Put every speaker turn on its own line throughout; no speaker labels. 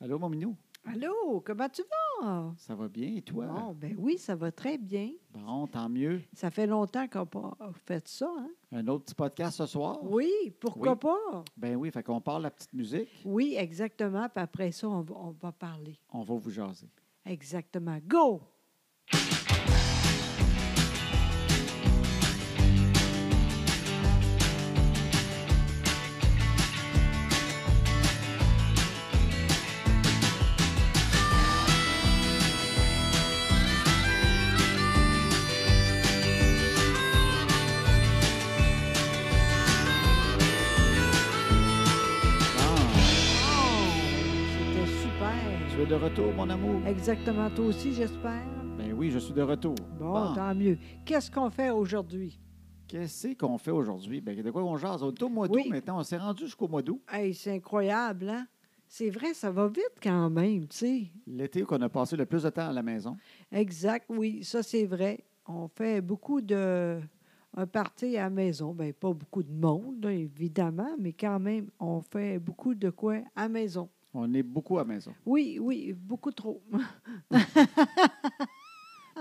Allô, mon minou?
Allô, comment tu vas?
Ça va bien et toi?
Bon, ben oui, ça va très bien.
Bon, tant mieux.
Ça fait longtemps qu'on n'a pas fait ça, hein?
Un autre petit podcast ce soir?
Oui, pourquoi
Oui.
pas?
Ben oui, fait qu'on parle la petite musique.
Oui, exactement. Puis après ça, on va, on va parler.
On va vous jaser.
Exactement. Go!
Bon,
Oh, C'était super.
tu es de retour, mon amour?
Exactement. Toi aussi, j'espère.
Ben oui, je suis de retour.
Bon, tant mieux. Qu'est-ce qu'on fait aujourd'hui?
Qu'est-ce qu'on fait aujourd'hui? Ben, de quoi on jase? On est au mois d'août
Oui.
maintenant. On s'est rendu jusqu'au mois d'août.
Hey, c'est incroyable, hein? C'est vrai, ça va vite quand même, tu sais.
L'été qu'on a passé le plus de temps à la maison.
Exact, oui, ça c'est vrai. On fait beaucoup de un party à la maison. Bien, pas beaucoup de monde, là, évidemment, mais quand même, on fait beaucoup de quoi à la maison.
On est beaucoup à la maison.
Oui, oui, beaucoup trop. Ah.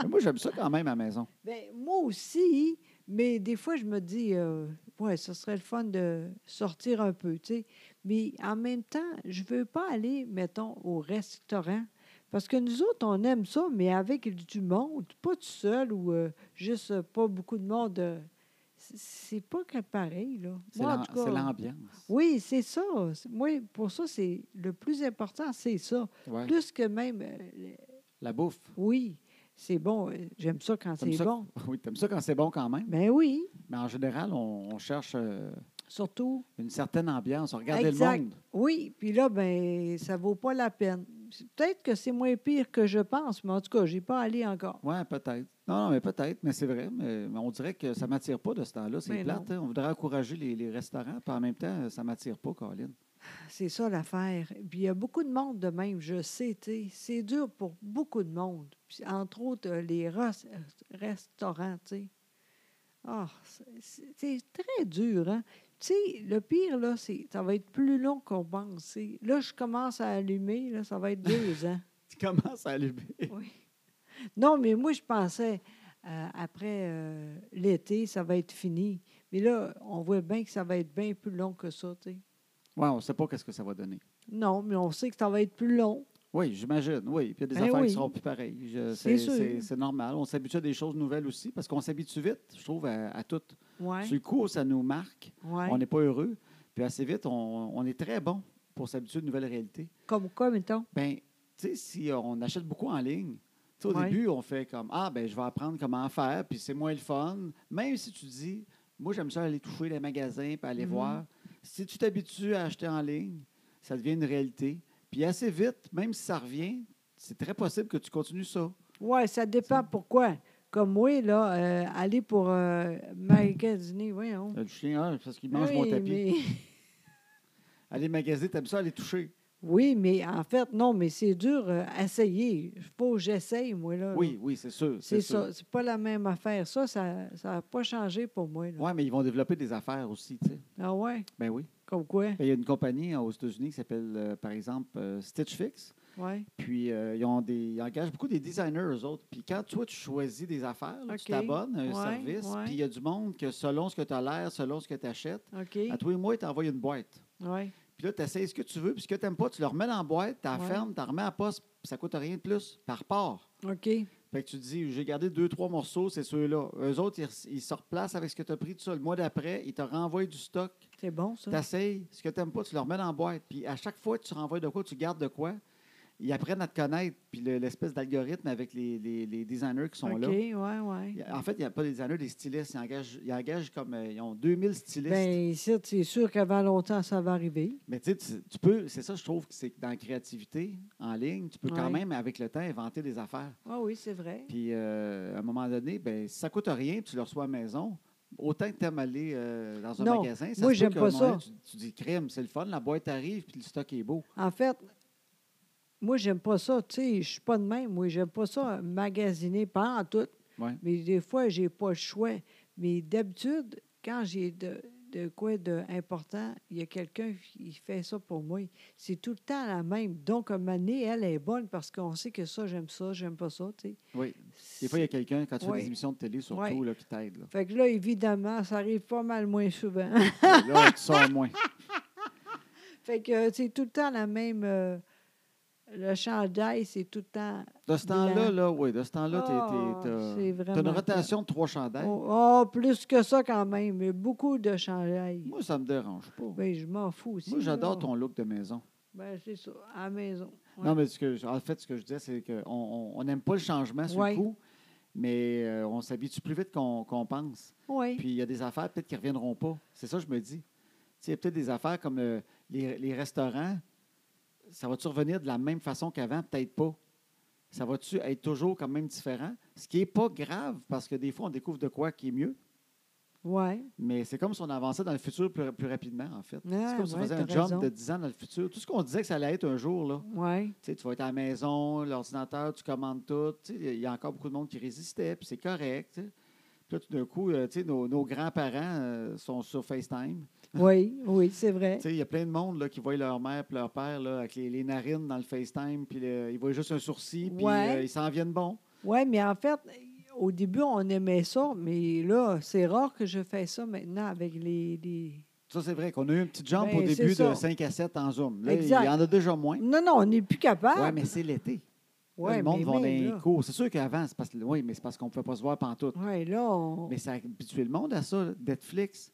Mais moi, j'aime ça quand même à la maison.
Ben, moi aussi, mais des fois, je me dis, euh, ouais, ce serait le fun de sortir un peu, tu sais. Mais en même temps, je veux pas aller, mettons, au restaurant. Parce que nous autres, on aime ça, mais avec du monde, pas tout seul ou euh, juste euh, pas beaucoup de monde. euh, c- c'est pas que pareil, là.
C'est
Moi, en
l'am-
tout
c'est
cas,
l'ambiance.
oui, c'est ça. C'est- Moi, pour ça, c'est le plus important, c'est ça.
Ouais.
Plus que même, euh, le-
La bouffe.
oui, c'est bon. euh, J'aime ça quand
T'aimes
c'est
ça-
bon.
Oui, t'aimes ça quand c'est bon quand même.
Ben oui,
Mais en général, on, on cherche euh,
surtout
une certaine ambiance. Regardez
Exact.
le monde.
Oui, puis là, ben, ça vaut pas la peine. C'est- Peut-être que c'est moins pire que je pense, mais en tout cas, j'ai pas allé encore.
Oui, peut-être. Non, non, mais peut-être, mais c'est vrai. Mais, mais on dirait que ça ne m'attire pas de ce temps-là. C'est
Mais
plate. hein. On voudrait encourager les, les restaurants, puis en même temps, ça ne m'attire pas, Colin.
C'est ça l'affaire. Puis il y a beaucoup de monde de même, je sais, tu sais. C'est dur pour beaucoup de monde. Puis, entre autres, euh, les ros- euh, restaurants, tu sais. Ah, c'est- c'est c'est très dur, hein. Tu sais, le pire, là, c'est ça va être plus long qu'on pense. C'est- Là, je commence à allumer, là, ça va être deux hein. ans.
Tu commences à allumer.
Oui. Non, mais moi, je pensais, euh, après euh, l'été, ça va être fini. Mais là, on voit bien que ça va être bien plus long que ça, tu sais.
Oui, on ne sait pas qu'est-ce que ça va donner.
Non, mais on sait que ça va être plus long.
Oui, j'imagine. Oui, puis il y a des
Ben
affaires qui
oui.
seront plus pareilles. Je- C'est
C'est sûr.
c'est- c'est normal. On s'habitue à des choses nouvelles aussi, parce qu'on s'habitue vite, je trouve, à, à tout.
Ouais.
Sur le coup, ça nous marque.
ouais.
On n'est pas heureux. Puis assez vite, on, on est très bon pour s'habituer à une nouvelle réalité.
Comme quoi, mettons?
Ben, tu sais, si on achète beaucoup en ligne, tu sais, au
Ouais.
début, on fait comme Ah, ben, je vais apprendre comment faire, puis c'est moins le fun. Même si tu dis, moi, j'aime ça aller toucher les magasins, puis aller
Mhm.
voir. Si tu t'habitues à acheter en ligne, ça devient une réalité. Puis assez vite, même si ça revient, c'est très possible que tu continues ça.
Ouais, ça dépend pourquoi. Comme moi, là, euh, aller pour euh, magasiner, voyons.
Le chien, ah, parce qu'il mange
oui,
mon tapis.
mais...
Aller magasiner, t'aimes ça aller toucher.
oui, mais en fait, non, mais c'est dur euh, essayer. Il faut que j'essaye, moi, là. là.
Oui, oui, Euh, c'est sûr.
C'est ça. C'est pas la même affaire. Ça, ça n'a pas changé pour moi. là.
Oui, mais ils vont développer des affaires aussi, tu sais.
Ah ouais?
Ben oui.
Comme quoi?
Ben, Il y a une compagnie euh, aux États-Unis qui s'appelle, euh, par exemple, euh, Stitch Fix.
Ouais.
Puis, euh, ils, ont des, ils engagent beaucoup des designers, eux autres. Puis, quand toi, tu choisis des affaires, là, tu
OK.
t'abonnes à un
Ouais,
service,
ouais.
puis il y a du monde que selon ce que tu as l'air, selon ce que tu achètes,
OK.
à tous les mois, ils t'envoient une boîte.
Ouais.
Puis là, tu essaies ce que tu veux, puis ce que tu n'aimes pas, tu le remets dans la boîte, tu la
Ouais.
fermes, tu la remets à poste, puis ça coûte rien de plus. Par repart.
OK.
Fait que tu te dis, j'ai gardé deux, trois morceaux, c'est ceux-là. Eux autres, ils, re- ils se replacent avec ce que tu as pris tout ça. Le mois d'après, ils te renvoient du stock.
C'est bon, ça.
Tu essayes, ce que tu n'aimes pas, tu le remets dans la boîte. Puis à chaque fois que tu renvoies de quoi, tu gardes de quoi, ils apprennent à te connaître. Puis le- l'espèce d'algorithme avec les, les- les designers qui sont
OK,
là.
ouais, ouais.
Il y a- En fait, il n'y a pas des designers, des stylistes. Ils engagent, ils engagent comme. euh, ils ont 2000 stylistes.
Ben, ici, c'est sûr qu'avant longtemps, ça va arriver.
Mais tu sais, tu- tu peux. C'est ça, je trouve, que c'est que dans la créativité en ligne, tu peux quand
Ouais.
même, avec le temps, inventer des affaires.
Ah oui, c'est vrai.
Puis euh, à un moment donné, ben, si ça ne coûte rien, puis tu le reçois à la maison. Autant que tu aimes aller euh, dans un
Non,
magasin, ça se
moi,
peut
j'aime
qu'à un
pas
moment donné,
ça.
Tu, tu dis crème, c'est le fun, la boîte arrive, puis le stock est beau.
En fait, moi, j'aime pas ça. Tu sais, je suis pas de même. Moi, j'aime pas ça, euh, magasiner, pas en tout.
Ouais.
Mais des fois, j'ai pas le choix. Mais d'habitude, quand j'ai de- de quoi d'important, il y a quelqu'un qui fait ça pour moi. C'est tout le temps la même. Donc, à un moment donné, elle est bonne parce qu'on sait que ça, j'aime ça, j'aime pas ça, tu sais.
Oui. Des fois, il y a quelqu'un, quand tu fais
Oui.
des émissions de télé, surtout,
Oui.
là, qui t'aide. là.
Fait que là, évidemment, ça arrive pas mal moins souvent.
là, tu sors moins.
fait que euh, c'est tout le temps la même... euh, le chandail, c'est tout le temps...
De ce temps-là, là, oui, de ce temps-là, t'es-
Ah,
t'es- t'as-
c'est
t'as
vraiment
une rotation hein? de trois chandails.
Oh, oh, plus que ça quand même. Il y a beaucoup de chandail.
Moi, ça me dérange pas.
Ben, je m'en fous aussi.
Moi, j'adore
là.
ton look de maison.
Ben, c'est ça, à la maison. Ouais.
Non, mais ce que, je- en fait, ce que je disais, c'est qu'on n'aime on, on aime pas le changement sur
Ouais.
le coup, mais euh, on s'habitue plus vite qu'on qu'on pense.
Oui.
Puis il y a des affaires peut-être qui ne reviendront pas. C'est ça que je me dis. Tu sais, Il y a peut-être des affaires comme euh, les, les restaurants. Ça va-tu revenir de la même façon qu'avant? Peut-être pas. Ça va-tu être toujours quand même différent? Ce qui n'est pas grave, parce que des fois, on découvre de quoi qui est mieux.
Ouais.
Mais c'est comme si on avançait dans le futur plus, plus rapidement, en fait.
Ah,
c'est comme si
ouais,
on faisait un
t'as
jump
raison.
de 10 ans dans le futur. Tout ce qu'on disait que ça allait être un jour, là.
Ouais.
Tu sais, tu vas être à la maison, l'ordinateur, tu commandes tout. Tu sais, Il y a encore beaucoup de monde qui résistait, puis c'est correct. tu sais. Puis là, tout d'un coup, euh, tu sais, nos, nos grands-parents euh, sont sur FaceTime.
Oui, oui, c'est vrai.
Tu sais, Il y a plein de monde là, qui voit leur mère et leur père là, avec les, les narines dans le FaceTime, puis le- ils voient juste un sourcil, puis
Ouais.
euh, ils s'en viennent bons.
Oui, mais en fait, au début, on aimait ça, mais là, c'est rare que je fais ça maintenant avec les. les-
Ça, c'est vrai qu'on a eu une petite jambe
Ben,
au
c'est
début
ça.
de 5 à 7 en Zoom. Là, il y
Exact.
en a déjà moins.
Non, non, on n'est plus capable.
Oui, mais c'est l'été. Là,
Ouais,
le monde
mais
va dans
même
les
là.
cours. C'est sûr qu'avant, c'est parce que oui, mais c'est parce qu'on ne pouvait pas se voir pantoute.
Ouais, là, on-
Mais ça habitue le monde à ça, là, Netflix.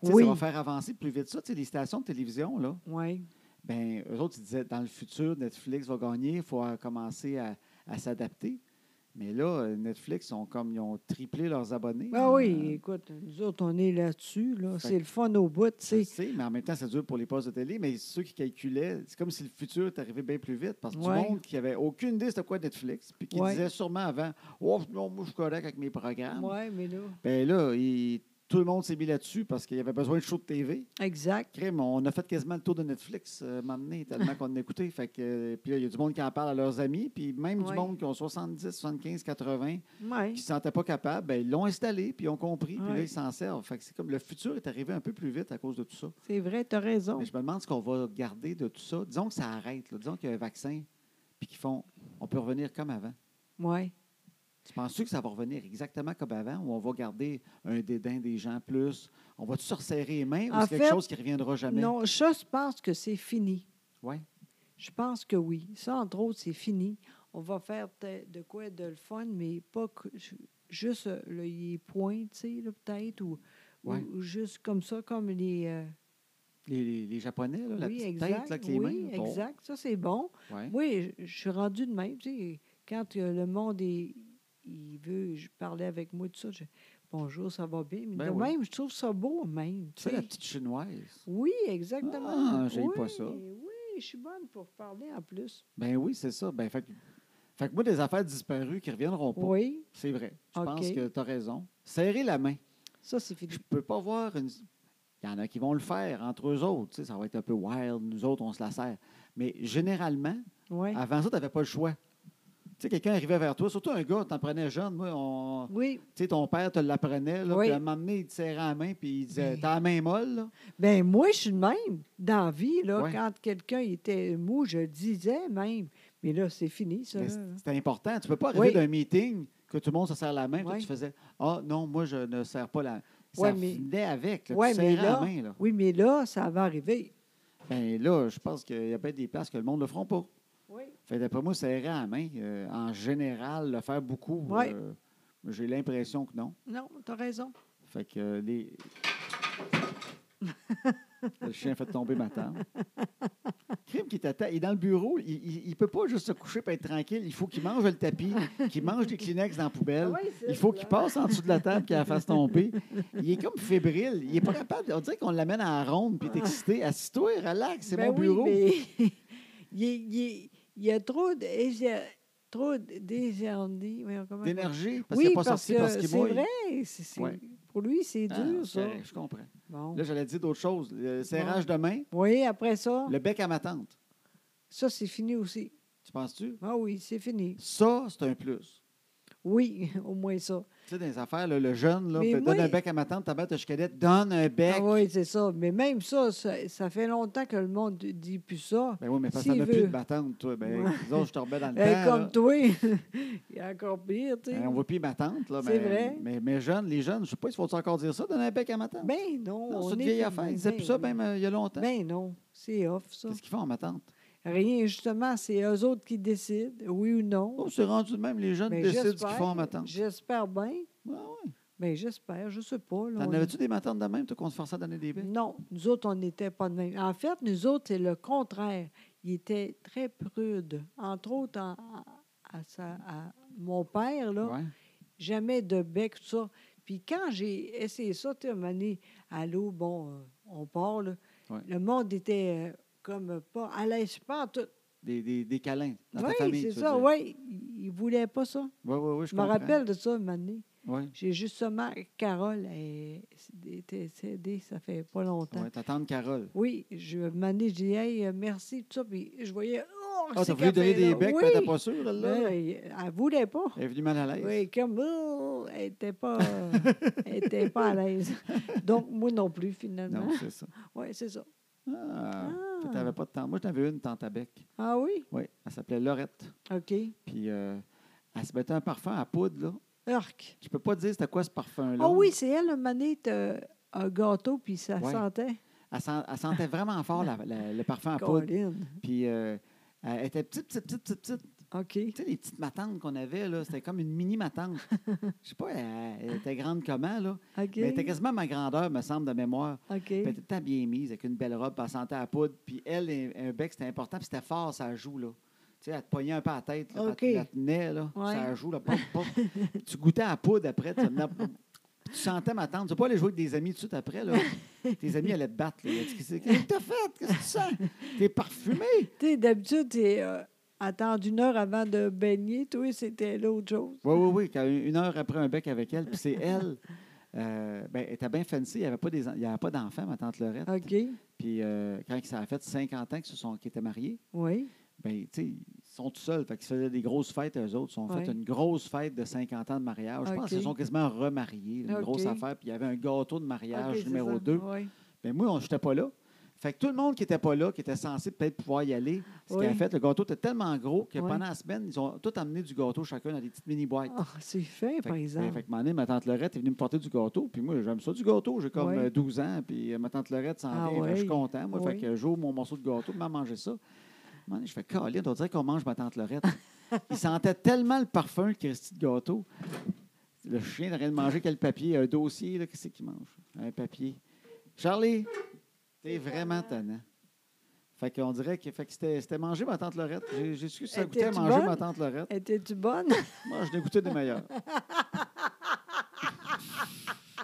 Tu sais,
Oui.
Ça va faire avancer plus vite ça. Tu sais, les stations de télévision, là,
Ouais.
ben, eux autres, ils disaient dans le futur, Netflix va gagner, il faut euh, commencer à, à s'adapter. Mais là, euh, Netflix, ont comme, ils ont triplé leurs abonnés.
Ben
hein.
oui, écoute, nous autres, on est là-dessus. Là.
Fait
C'est le fun au bout, tu
Je
sais.
sais, mais en même temps, ça dure pour les postes de télé. Mais ceux qui calculaient, c'est comme si le futur est arrivé bien plus vite. Parce que
Ouais.
du monde qui avait aucune idée c'était quoi Netflix, puis qui
Ouais.
disait sûrement avant, oh, non, moi, je suis correct avec mes programmes.
Oui, mais là.
Ben là, il- tout le monde s'est mis là-dessus parce qu'il y avait besoin de show de TV.
Exact.
Crème, on a fait quasiment le tour de Netflix euh, un moment donné, tellement qu'on en a écouté. Fait que, euh, puis là, il y a du monde qui en parle à leurs amis, puis même
Ouais.
du monde qui ont 70, 75, 80,
Ouais.
qui ne se sentaient pas capables, ben, ils l'ont installé, puis ils ont compris, puis là,
Ouais.
ils s'en servent. Fait que c'est comme le futur est arrivé un peu plus vite à cause de tout ça.
C'est vrai, tu as raison.
Mais je me demande ce qu'on va garder de tout ça. Disons que ça arrête, là. disons qu'il y a un vaccin, puis qu'ils font, on peut revenir comme avant.
Oui.
Tu penses-tu que ça va revenir exactement comme avant ou on va garder un dédain des gens plus? On va-tu se resserrer les mains
En
ou c'est quelque
fait,
chose qui ne reviendra jamais?
Non, ça, je pense que c'est fini.
Ouais.
Je pense que oui. Ça, entre autres, c'est fini. On va faire te- de quoi être de le fun, mais pas que- ju- juste euh, le- les points, tu sais, là, peut-être, ou, ou-
Ouais.
ou juste comme ça, comme les. euh,
Les, les- les Japonais, là, la
oui,
petite
exact.
tête là, avec les
oui,
mains. là, bon.
exact. Ça, c'est bon.
Ouais.
Oui, je- je suis rendue de même. tu sais, quand euh, le monde est- il veut, je parlais avec moi de ça, je- bonjour, ça va bien. Mais
Ben
de
oui.
même, je trouve ça beau, même. tu
Ça, la
sais.
petite chinoise.
Oui, exactement.
Ah, j'aille
oui,
pas ça.
Oui, je suis bonne pour parler en plus.
Ben oui, c'est ça. Ben, fait, que- fait que moi, des affaires disparues qui ne reviendront pas.
Oui,
C'est vrai. Je
OK.
pense que tu as raison. Serrer la main.
ça c'est fini.
Je peux pas voir une. Il y en a qui vont le faire entre eux autres. tu sais, Ça va être un peu wild. Nous autres, on se la serre. Mais généralement,
Oui.
Avant ça, tu n'avais pas le choix. Tu sais, quelqu'un arrivait vers toi, surtout un gars, t'en prenais jeune. Moi, on-
Oui,
tu sais, ton père te l'apprenait, là,
Oui.
puis à un moment donné, il te serrait la main, puis il disait
Mais-
T'as la main molle, là.
ben moi, je suis de même. Dans la vie, là,
Ouais.
quand quelqu'un était mou, je le disais même. Mais là, c'est fini, ça.
Mais
là.
c'est- C'était important. Tu peux pas arriver
Oui.
d'un meeting que tout le monde se serre la main, puis
Oui.
tu faisais Ah, non, moi, je ne serre pas la main. Ça
Ouais, mais-
venait avec, là,
Ouais,
tu
mais
serrais
là-
la main. Là.
Oui, mais là, ça va arriver.
Ben, là, je pense qu'il y a peut-être des places que le monde ne le feront pas.
Oui.
Fait d'après moi, serrer la main, euh, en général, le faire beaucoup,
Oui.
euh, j'ai l'impression que non.
Non, t'as raison.
Fait que euh, les. le chien fait tomber ma table. Crime qui t'attend. Il est dans le bureau. Il- Il ne peut pas juste se coucher et être tranquille. Il faut qu'il mange le tapis, qu'il mange des Kleenex dans la poubelle.
Ah
Il faut qu'il passe en dessous de la table, qu'il la fasse tomber. Il est comme fébrile. Il n'est pas capable. On dirait qu'on l'amène à la ronde puis t'es excité. Assis-toi, relax, c'est
Ben
mon
oui,
bureau.
mais il, est- il est- il y a trop de. il y a Trop d'énergie.
D'énergie, parce qu'il
Oui,
n'est pas
parce
sorti parce
que
qu'il
c'est
mouille.
vrai. c'est- c'est-
Ouais.
Pour lui, c'est
Ah,
dur,
c'est
ça.
vrai, je comprends.
Bon.
Là, j'allais dire d'autres choses. Le serrage de main,
Oui, après ça,
le bec à ma tante.
ça, c'est fini aussi.
Tu penses-tu?
Ah oui, c'est fini.
Ça, c'est un plus.
Oui, au moins ça.
Tu sais, dans les affaires, là, le jeune, là,
Mais
peut-
moi,
donne un bec à ma tante, ta mère, ta chicadette, donne un bec.
Ah oui, c'est ça. Mais même ça, ça, ça fait longtemps que le monde dit plus ça.
Ben oui, mais parce que
S'il
t'en as plus
veut.
de battante, toi. Ben,
Ouais.
disons, je te remets dans le
Eh,
temps.
comme
Ben, là.
toi, il y a encore pire, tu sais.
Ben, on voit plus ma tante, là. mais,
C'est vrai.
Mais, mais jeunes, les jeunes, je sais pas, il faut encore dire ça, donner un bec à ma tante?
Ben non,
Non,
on
c'est une
est
vieille
plus-
affaire. Ils disaient plus ça, même euh, il y a longtemps.
Ben non, c'est off, ça. Ben,
Qu'est-ce qu'ils font, ma tante?
Rien, justement, c'est eux autres qui décident, oui ou non.
Oh, c'est rendu de même, les jeunes
Mais
décident ce
ben, j'espère-
qu'ils font, ma tante.
J'espère bien.
Ah ouais.
Ben j'espère, je sais pas. là,
T'en
Ben, on-
avais-tu des matantes de même, toi, qu'on se forçait à donner des becs?
Non, nous autres, on n'était pas de même. En fait, nous autres, c'est le contraire. Il était très prude. Entre autres, en- à, sa- à mon père, là,
Ouais.
jamais de bec, tout ça. Puis quand j'ai essayé ça, tu sais, à un moment donné, allô, bon, euh, on part, là.
Ouais.
Le monde était euh, comme pas à l'aise, pas en tout.
Des, des, des câlins dans ta
Oui,
famille.
c'est
tu veux
ça,
dire.
oui. Il il voulait pas ça.
Ouais, ouais, ouais,
Je
je
me
comprends.
rappelle de ça, un moment donné.
Ouais.
J'ai justement, Carole elle était décédée, ça fait pas longtemps.
Ouais, ta tante Carole.
Oui, je un moment donné, je dis, hey, euh, merci, tout ça. Puis je voyais, oh,
Ah,
c'est
t'as voulu donner des becs, mais t'es
oui.
pas sûre, elle, là? Eh,
Ben, elle elle voulait pas.
Elle est venue mal à l'aise.
Oui, comme, oh, elle n'était pas, elle était pas à l'aise. Donc, moi non plus, finalement.
Non, c'est ça.
Oui, c'est ça.
Ah,
Ah.
tu n'avais pas de tante. Moi, j'en avais une tante à bec.
Ah oui?
Oui, elle s'appelait Lorette.
OK.
Puis euh, elle se mettait un parfum à poudre, là.
Urk.
Je peux pas te dire c'était quoi ce parfum-là.
Ah oui, c'est elle, un moment donné, t'as un gâteau, puis ça
Ouais.
sentait.
Elle, sent- elle sentait vraiment fort la- la- le parfum à poudre.
Colline.
Puis euh, elle était petite, petite, petite, petite, petite.
OK.
Tu sais, les petites matantes qu'on avait, là, c'était comme une mini matante. Je sais pas, elle, elle était grande comment, là.
OK.
Mais elle était quasiment ma grandeur, me semble, de mémoire.
OK.
Puis Elle était tout le temps bien mise, avec une belle robe, puis elle sentait à poudre. Puis elle, un un bec, c'était important, puis c'était fort, ça joue, là. Tu sais, elle te pognait un peu à la tête, là,
OK.
puis elle te la tenait, là,
Ouais.
ça joue, là, pop, pop. Puis tu goûtais à la poudre après, tu, venais- tu sentais ma tante. Tu vas pas aller jouer avec des amis tout de suite après, là. Tes amis allaient te battre, là. Qu'est-ce que t'as fait? Qu'est-ce que tu sens? T'es parfumé!
Tu sais, d'habitude, t'es euh, attendre une heure avant de baigner. Toi, c'était l'autre chose.
Oui, oui, oui. quand une heure après un bec avec elle, puis c'est elle. euh, ben, elle était bien fancy. Il n'y avait pas des en- il y avait pas d'enfant, ma tante Lorette.
OK.
Puis euh, quand ça a fait 50 ans qu'ils se sont- qu'ils étaient mariés,
Oui.
ben, tu sais, ils sont tout seuls. Fait qu'ils se faisaient des grosses fêtes, eux autres. Ils ont
Ouais.
fait une grosse fête de 50 ans de mariage. Je
OK.
pense qu'ils se sont quasiment remariés. Une
OK.
grosse affaire. Puis il y avait un gâteau de
OK,
mariage
c'est
numéro
ça.
2.
Oui.
Mais moi, je n'étais pas là. Fait que tout le monde qui n'était pas là, qui était censé peut-être pouvoir y aller, ce
Oui.
qu'il a fait, le gâteau était tellement gros que
Oui.
pendant la semaine, ils ont tout amené du gâteau chacun dans des petites mini-boîtes.
Ah, c'est fin,
Fait
par
que- ben,
exemple.
Fait que, un moment donné, ma tante Lorette est venue me porter du gâteau. Puis moi, j'aime ça, du gâteau. J'ai comme
Ouais.
euh, 12 ans. Puis euh, ma tante Lorette s'en
Ah
vient. Fait que je suis
ouais.
content. Moi,
Ouais.
fait que euh, j'ouvre mon morceau de gâteau. Maman mangeait ça. Un moment donné, je fais Caroline, on dirait qu'on mange ma tante Lorette. Il sentait tellement le parfum, Christy, de gâteau. Le chien n'a rien de manger. Quel papier? Un dossier, là, qu'est-ce qu'il mange? Un papier. Charlie, t'es vraiment tannant. Fait qu'on dirait que, fait que c'était c'était manger ma tante Lorette. J'ai j'ai su que ça goûtait à
Était-tu
manger
bonne?
ma tante Lorette.
Étais-tu bonne?
Moi, je n'ai goûté des meilleurs. Il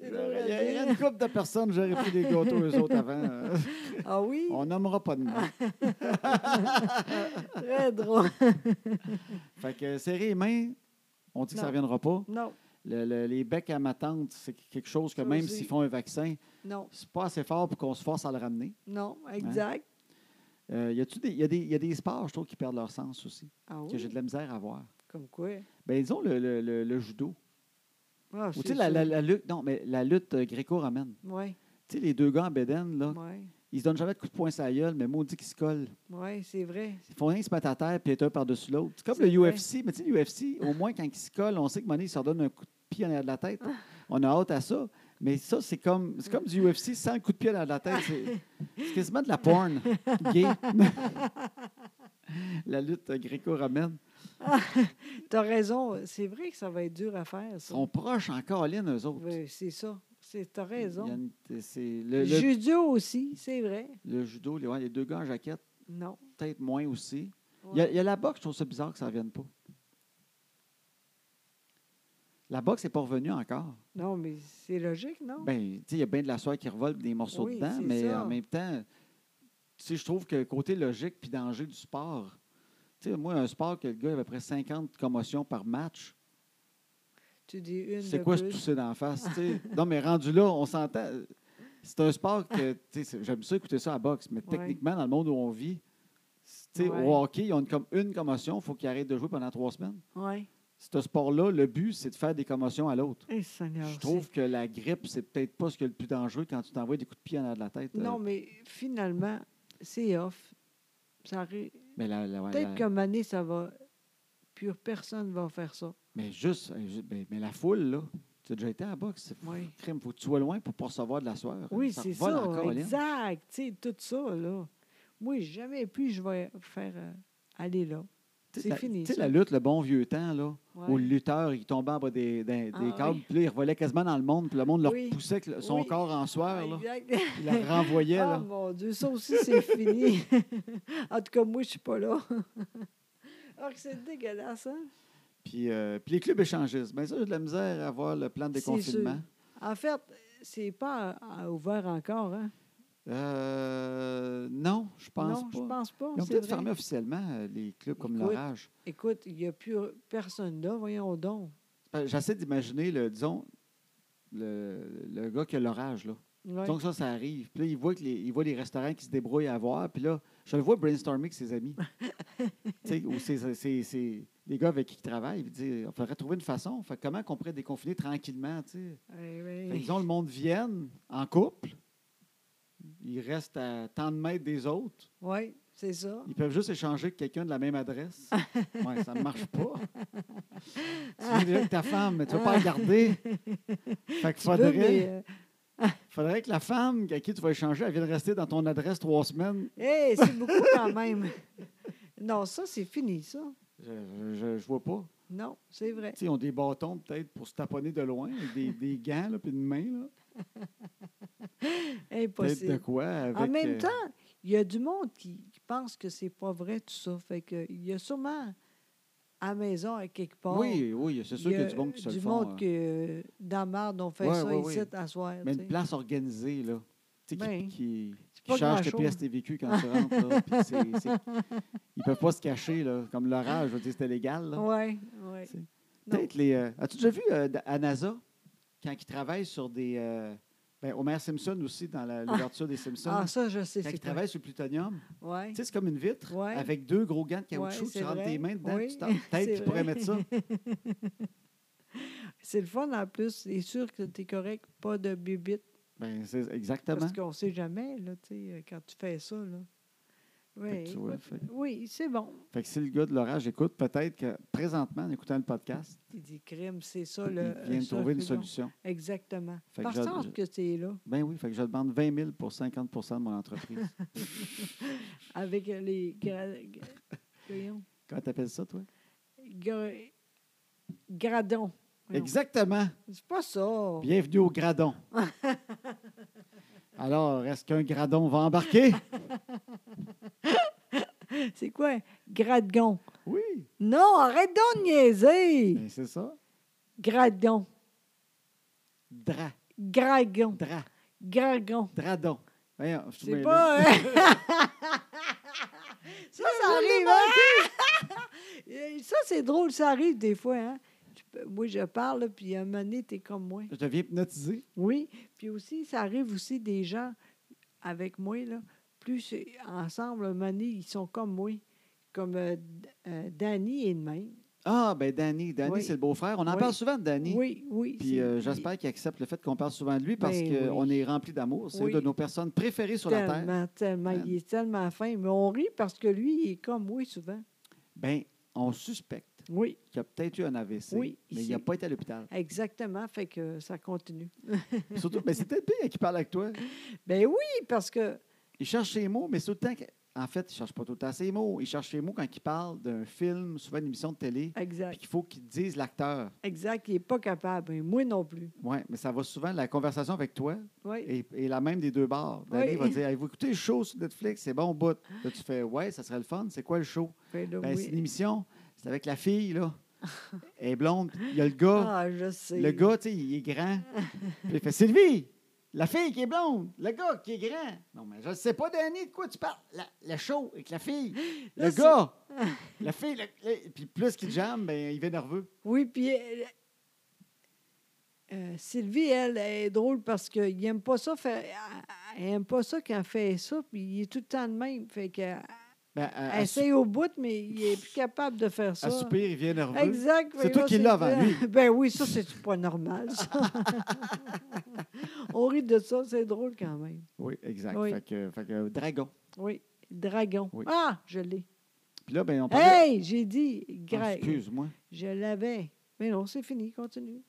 C'est
y
drôle à
a
dire.
une couple de personnes, j'aurais pris des gâteaux eux autres avant. Euh,
Ah oui?
On nommera pas de nom.
Très drôle.
Fait que euh, serrer les mains, on dit que ça
Non.
ne reviendra pas.
Non,
Le- le- les becs à ma tante, c'est quelque chose que
Ça
même
aussi.
s'ils font un vaccin,
non,
c'est pas assez fort pour qu'on se force à le ramener.
non, exact.
Euh, y a-tu des- y a des- y a des sports, je trouve, qui perdent leur sens aussi,
Ah
Hein? que j'ai
oui?
de la misère à voir.
Comme quoi?
Ben disons le, le- le- le judo.
Ah,
Ou tu sais, la, la- la lutte, non, mais la lutte euh, gréco-romaine.
Oui,
Tu sais, les deux gars en bédaine, là,
oui,
ils se donnent jamais de coups de poing sur la gueule, mais maudit qu'ils se collent.
oui, c'est vrai.
Ils font rien que se mettre à terre puis être un par-dessus l'autre. C'est comme
C'est
le
vrai.
UFC, mais tu sais, le UFC, au moins quand ils se collent, on sait que Mané, ils se redonnent un coup de pied en arrière de la tête.
Ah.
On a hâte à ça. Mais ça, c'est comme, c'est comme du UFC sans le coup de pied en arrière de la tête. C'est, c'est quasiment de la porn gay. la lutte gréco-romaine.
T'as raison, c'est vrai que ça va être dur à faire,
Ils
ça.
sont proches encore, Lynn, eux autres.
Oui, c'est ça. C'est- T'as
Il y a
raison.
une- c'est le, le-
Le, Judo aussi, c'est vrai.
le judo, les, ouais, les deux gars en jaquette,
Non.
peut-être moins aussi.
Ouais.
Il y, a, il y a la boxe, je trouve ça bizarre que ça ne revienne pas. La boxe n'est pas revenue encore.
Non, mais c'est logique, non?
Ben, tu sais, il y a bien de la soie qui revole, des morceaux
Oui,
dedans,
c'est
mais
ça.
en même temps, tu sais, je trouve que côté logique puis danger du sport, tu sais, moi, un sport que le gars avait près 50 commotions par match,
tu dis une
c'est
de
quoi se
plus.
tousser d'en face, tu sais? non, mais rendu là, on s'entend. C'est un sport que, tu sais, c'est- j'aime ça écouter ça à la boxe, mais
Ouais.
techniquement, dans le monde où on vit, c'est- Tu sais,
Ouais.
Au hockey, ils ont une, comme une commotion, il faut qu'ils arrêtent de jouer pendant trois semaines.
Oui.
Ce sport-là, le but, c'est de faire des commotions à l'autre.
Eh, Seigneur.
Je trouve que la grippe, c'est peut-être pas ce qui est le plus dangereux quand tu t'envoies des coups de pied en arrière de la tête. euh,
c'est- Non, mais finalement, c'est off. Ça arri-
mais, la- la- la-
Peut-être qu'à année, ça va. Puis personne va faire ça.
mais juste, euh, ju- mais, mais la foule, là, tu as déjà été à la boxe. Faut,
Oui.
crime, faut que tu sois loin pour pas recevoir de la hein. soeur.
Oui, c'est ça.
Colin.
Exact. Tu sais, tout ça, là. Moi, jamais plus je vais faire euh, aller là.
Tu sais,
C'est
la-
fini,
Tu sais, la
ça.
lutte, le bon vieux temps, là, où
Ouais.
le lutteur, il tombait en bas des, des, des
Ah,
câbles,
oui.
puis là, il revolait quasiment dans le monde, puis le monde leur
Oui.
poussait avec le- son
Oui.
corps en sueur, là.
Exact.
Il la renvoyait,
Ah,
là.
mon Dieu, ça aussi, c'est fini. en tout cas, moi, je suis pas là. Alors que c'est dégueulasse, hein?
Puis, euh, puis les clubs échangistes. Bien, ça, j'ai de la misère à voir le plan de
C'est sûr.
déconfinement.
En fait, c'est pas euh, ouvert encore, hein?
Euh, non, je pense
non,
pas.
je pense pas.
Ils ont
c'est
peut-être
vrai.
fermé officiellement euh, les clubs comme
Écoute.
l'orage.
Écoute, il n'y a plus personne là, voyons donc.
Euh, J'essaie d'imaginer, le, disons, le, le gars qui a l'orage. Là.
Ouais.
Donc ça, ça arrive. Puis là, il voit, que les, il voit les restaurants qui se débrouillent à voir. Puis là, je le vois brainstormer avec ses amis. Tu sais, ou ses, ses- ses- ses- les gars avec qui il travaille. Il dit, on faudrait trouver une façon. Fait, que comment qu'on pourrait déconfiner tranquillement? tu sais?
Eh
Fait
oui.
que, disons, le monde vienne en couple. Ils restent à tant de mètres des autres.
Oui, c'est ça.
Ils peuvent juste échanger avec quelqu'un de la même adresse. Ouais, ça ne marche pas. tu viens déjà avec ta femme, mais tu ne vas pas la garder. Fait que
Tu peux,
faudrait,
mais, euh,
faudrait que la femme à qui tu vas échanger, elle vienne rester dans ton adresse trois semaines.
euh, hey, c'est beaucoup quand même. Non, ça, c'est fini, ça.
Je ne vois pas.
Non, c'est vrai.
Tu sais, ils ont des bâtons peut-être pour se taponner de loin, avec des, des gants là, puis une main. là. Peut-être de
Impossible.
quoi. Avec,
En même
euh,
temps, il y a du monde qui, qui pense que c'est pas vrai tout ça. Fait que il y a sûrement à la maison à quelque part.
Oui, oui, c'est sûr
il
qu'il y a du monde qui se
du
le
monde
font.
que
euh,
euh, dans la marde, on fait
Ouais,
ça
ouais,
ici
ouais.
à soir.
Mais une
tu sais.
place organisée, là. Tu sais, qui-
Ben,
qui, qui
pas
charge tes
grand-chose.
pièces TVQ quand tu rentres. Là, puis c'est- c'est- ils peuvent pas se cacher, là, comme l'orage, je veux dire, c'était légal. là.
Oui, oui.
C'est-
Non.
Peut-être les. euh, As-tu déjà vu euh, d- à NASA, quand ils travaillent sur des. euh, ben, Homer Simpson aussi, dans la- l'ouverture des Simpsons,
Ah, ça, je sais.
quand ils
c'est quoi.
travaillent sur le plutonium,
Ouais.
tu sais, c'est comme une vitre
Ouais.
avec deux gros gants de
Ouais,
caoutchouc,
c'est
tu rentres
vrai.
tes mains dedans,
Oui.
tu tentes.
C'est
Peut-être qu'ils pourraient
vrai.
mettre ça.
C'est le fun en plus. C'est sûr que tu es correct. Pas de bibite.
Ben, c'est exactement.
Parce qu'on ne sait jamais là, tu sais, euh, quand tu fais ça. Là. Oui,
Fait que tu vois,
écoute,
fait-
oui c'est bon.
Fait que si le gars de l'orage écoute, peut-être que présentement, en écoutant le podcast,
Il dit crime, c'est ça.
il
Le,
vient de
ça,
trouver une
c'est bon.
solution.
Exactement.
Fait que
Par
je-
sens
je-
que tu es là,
Ben oui, fait que je demande 20 000 pour 50 de mon entreprise.
avec les. gra- gra- voyons,
Comment t'appelles ça, toi?
gra- Gradons. Voyons.
Exactement.
C'est pas ça.
Bienvenue au Gradon. Alors, est-ce qu'un Gradon va embarquer?
C'est quoi? Gradgon.
Oui.
Non, arrête de niaiser.
Ben, c'est ça.
Gradgon.
Dra,
Gragon.
dra,
Gragon.
Dradon. Voyons, je suis
C'est
mêlé.
pas. hein? ça, ça arrive. hein? ça, c'est drôle. Ça arrive des fois. Hein? Tu peux- Moi, je parle, là, puis à un moment donné, t'es comme moi.
Je deviens hypnotisé.
Oui, puis aussi, ça arrive aussi des gens avec moi, là, plus c'est- ensemble, un moment donné, ils sont comme moi. Comme euh, D- euh, Danny et de même.
Ah, ben Danny. Danny,
Oui.
c'est le beau-frère. On en
Oui.
parle souvent de Danny.
Oui, oui.
Puis
c'est-
euh, j'espère qu'il accepte le fait qu'on parle souvent de lui parce
Ben
qu'on
oui.
est rempli d'amour. C'est
Oui.
une de nos personnes préférées sur la Terre.
Tellement, tellement. Il est tellement fin. Mais on rit parce que lui, il est comme moi souvent.
Ben, on suspecte
Oui,
qu'il a peut-être eu un AVC,
Oui,
mais il
ici.
n'a pas été à l'hôpital.
exactement. Fait que ça continue.
Surtout, ben, c'est peut-être bien qui parle avec toi.
Ben oui, parce que.
Il cherche ses mots, mais c'est tout le temps. que- En fait, il cherche pas tout le temps ses mots. Il cherche ses mots quand il parle d'un film, souvent une émission de télé, puis
Exact.
qu'il faut qu'il dise l'acteur.
Exact. Il n'est pas capable. Et moi non plus.
Oui, mais ça va souvent, la conversation avec toi
Oui.
et, la même des deux bars. Danny
Oui.
va dire Avez-vous écouté le show sur Netflix C'est bon, bout. Là, tu fais Ouais, ça serait le fun. C'est quoi le show
Ben là,
Ben,
oui.
C'est une émission. C'est avec la fille, là. Elle est blonde. Il y a le gars.
Ah, je sais.
le gars, tu sais, il est grand. Puis il fait Sylvie, la fille qui est blonde, le gars qui est grand. Non, mais je ne sais pas, Danny, de quoi tu parles. La, le show avec la fille. Le
Là, c'est-
gars, la fille. le- le- puis plus qu'il jambe, ben, il est nerveux.
Oui, puis euh, euh, Sylvie, elle, elle est drôle parce qu'il n'aime pas ça. fait- elle aime pas ça quand elle fait ça, puis il est tout le temps de même. Fait que, euh,
Ben, à- à
Elle essaye au bout, mais il n'est plus capable de faire ça.
À soupir, il vient nerveux.
Exact.
C'est
voyons,
toi qui l'as avant lui.
Ben oui, ça, c'est pas normal, ça. On rit de ça, c'est drôle quand même.
Oui, exact.
Oui.
Fait que, fait que, euh, dragon.
Oui. Dragon.
Oui.
Ah, je l'ai.
Puis là, ben, on parlait...
Hey, j'ai dit
Ah,
grec.
Excuse-moi.
je l'avais. Mais non, c'est fini, continue.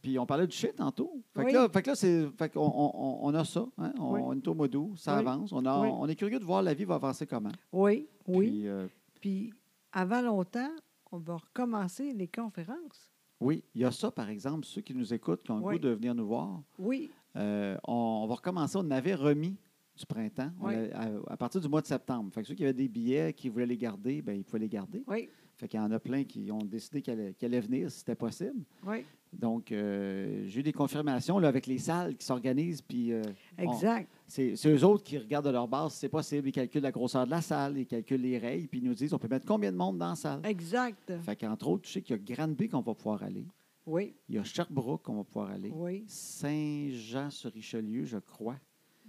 Puis on parlait du chien tantôt. Fait que
Oui.
là, fait que là, c'est- fait qu'on- on, on- on a ça. hein, On,
Oui.
on est au mois d'août, ça
Oui.
avance. On, a-
Oui.
on est curieux de voir la vie va avancer comment.
Oui, oui.
Puis, euh,
Puis, avant longtemps, on va recommencer les conférences.
oui, il y a ça, par exemple, ceux qui nous écoutent, qui ont le
Oui.
goût de venir nous voir.
Oui,
Euh, on, on va recommencer. On avait remis du printemps on
Oui.
l'a- à, à partir du mois de septembre. Fait que ceux qui avaient des billets, qui voulaient les garder, ben, ils pouvaient les garder.
oui,
Fait qu'il y en a plein qui ont décidé qu'elle allait, qu'elle allait venir si c'était possible.
oui.
Donc, euh, j'ai eu des confirmations là, avec les salles qui s'organisent. Puis, euh, on-
Exact.
c'est c'est eux autres qui regardent de leur base si c'est possible. Ils calculent la grosseur de la salle, ils calculent les rayes, puis ils nous disent on peut mettre combien de monde dans la salle.
Exact.
Fait qu'entre autres, tu sais qu'il y a Granby qu'on va pouvoir aller.
Oui,
Il y a Sherbrooke qu'on va pouvoir aller.
oui,
Saint-Jean-sur-Richelieu, je crois.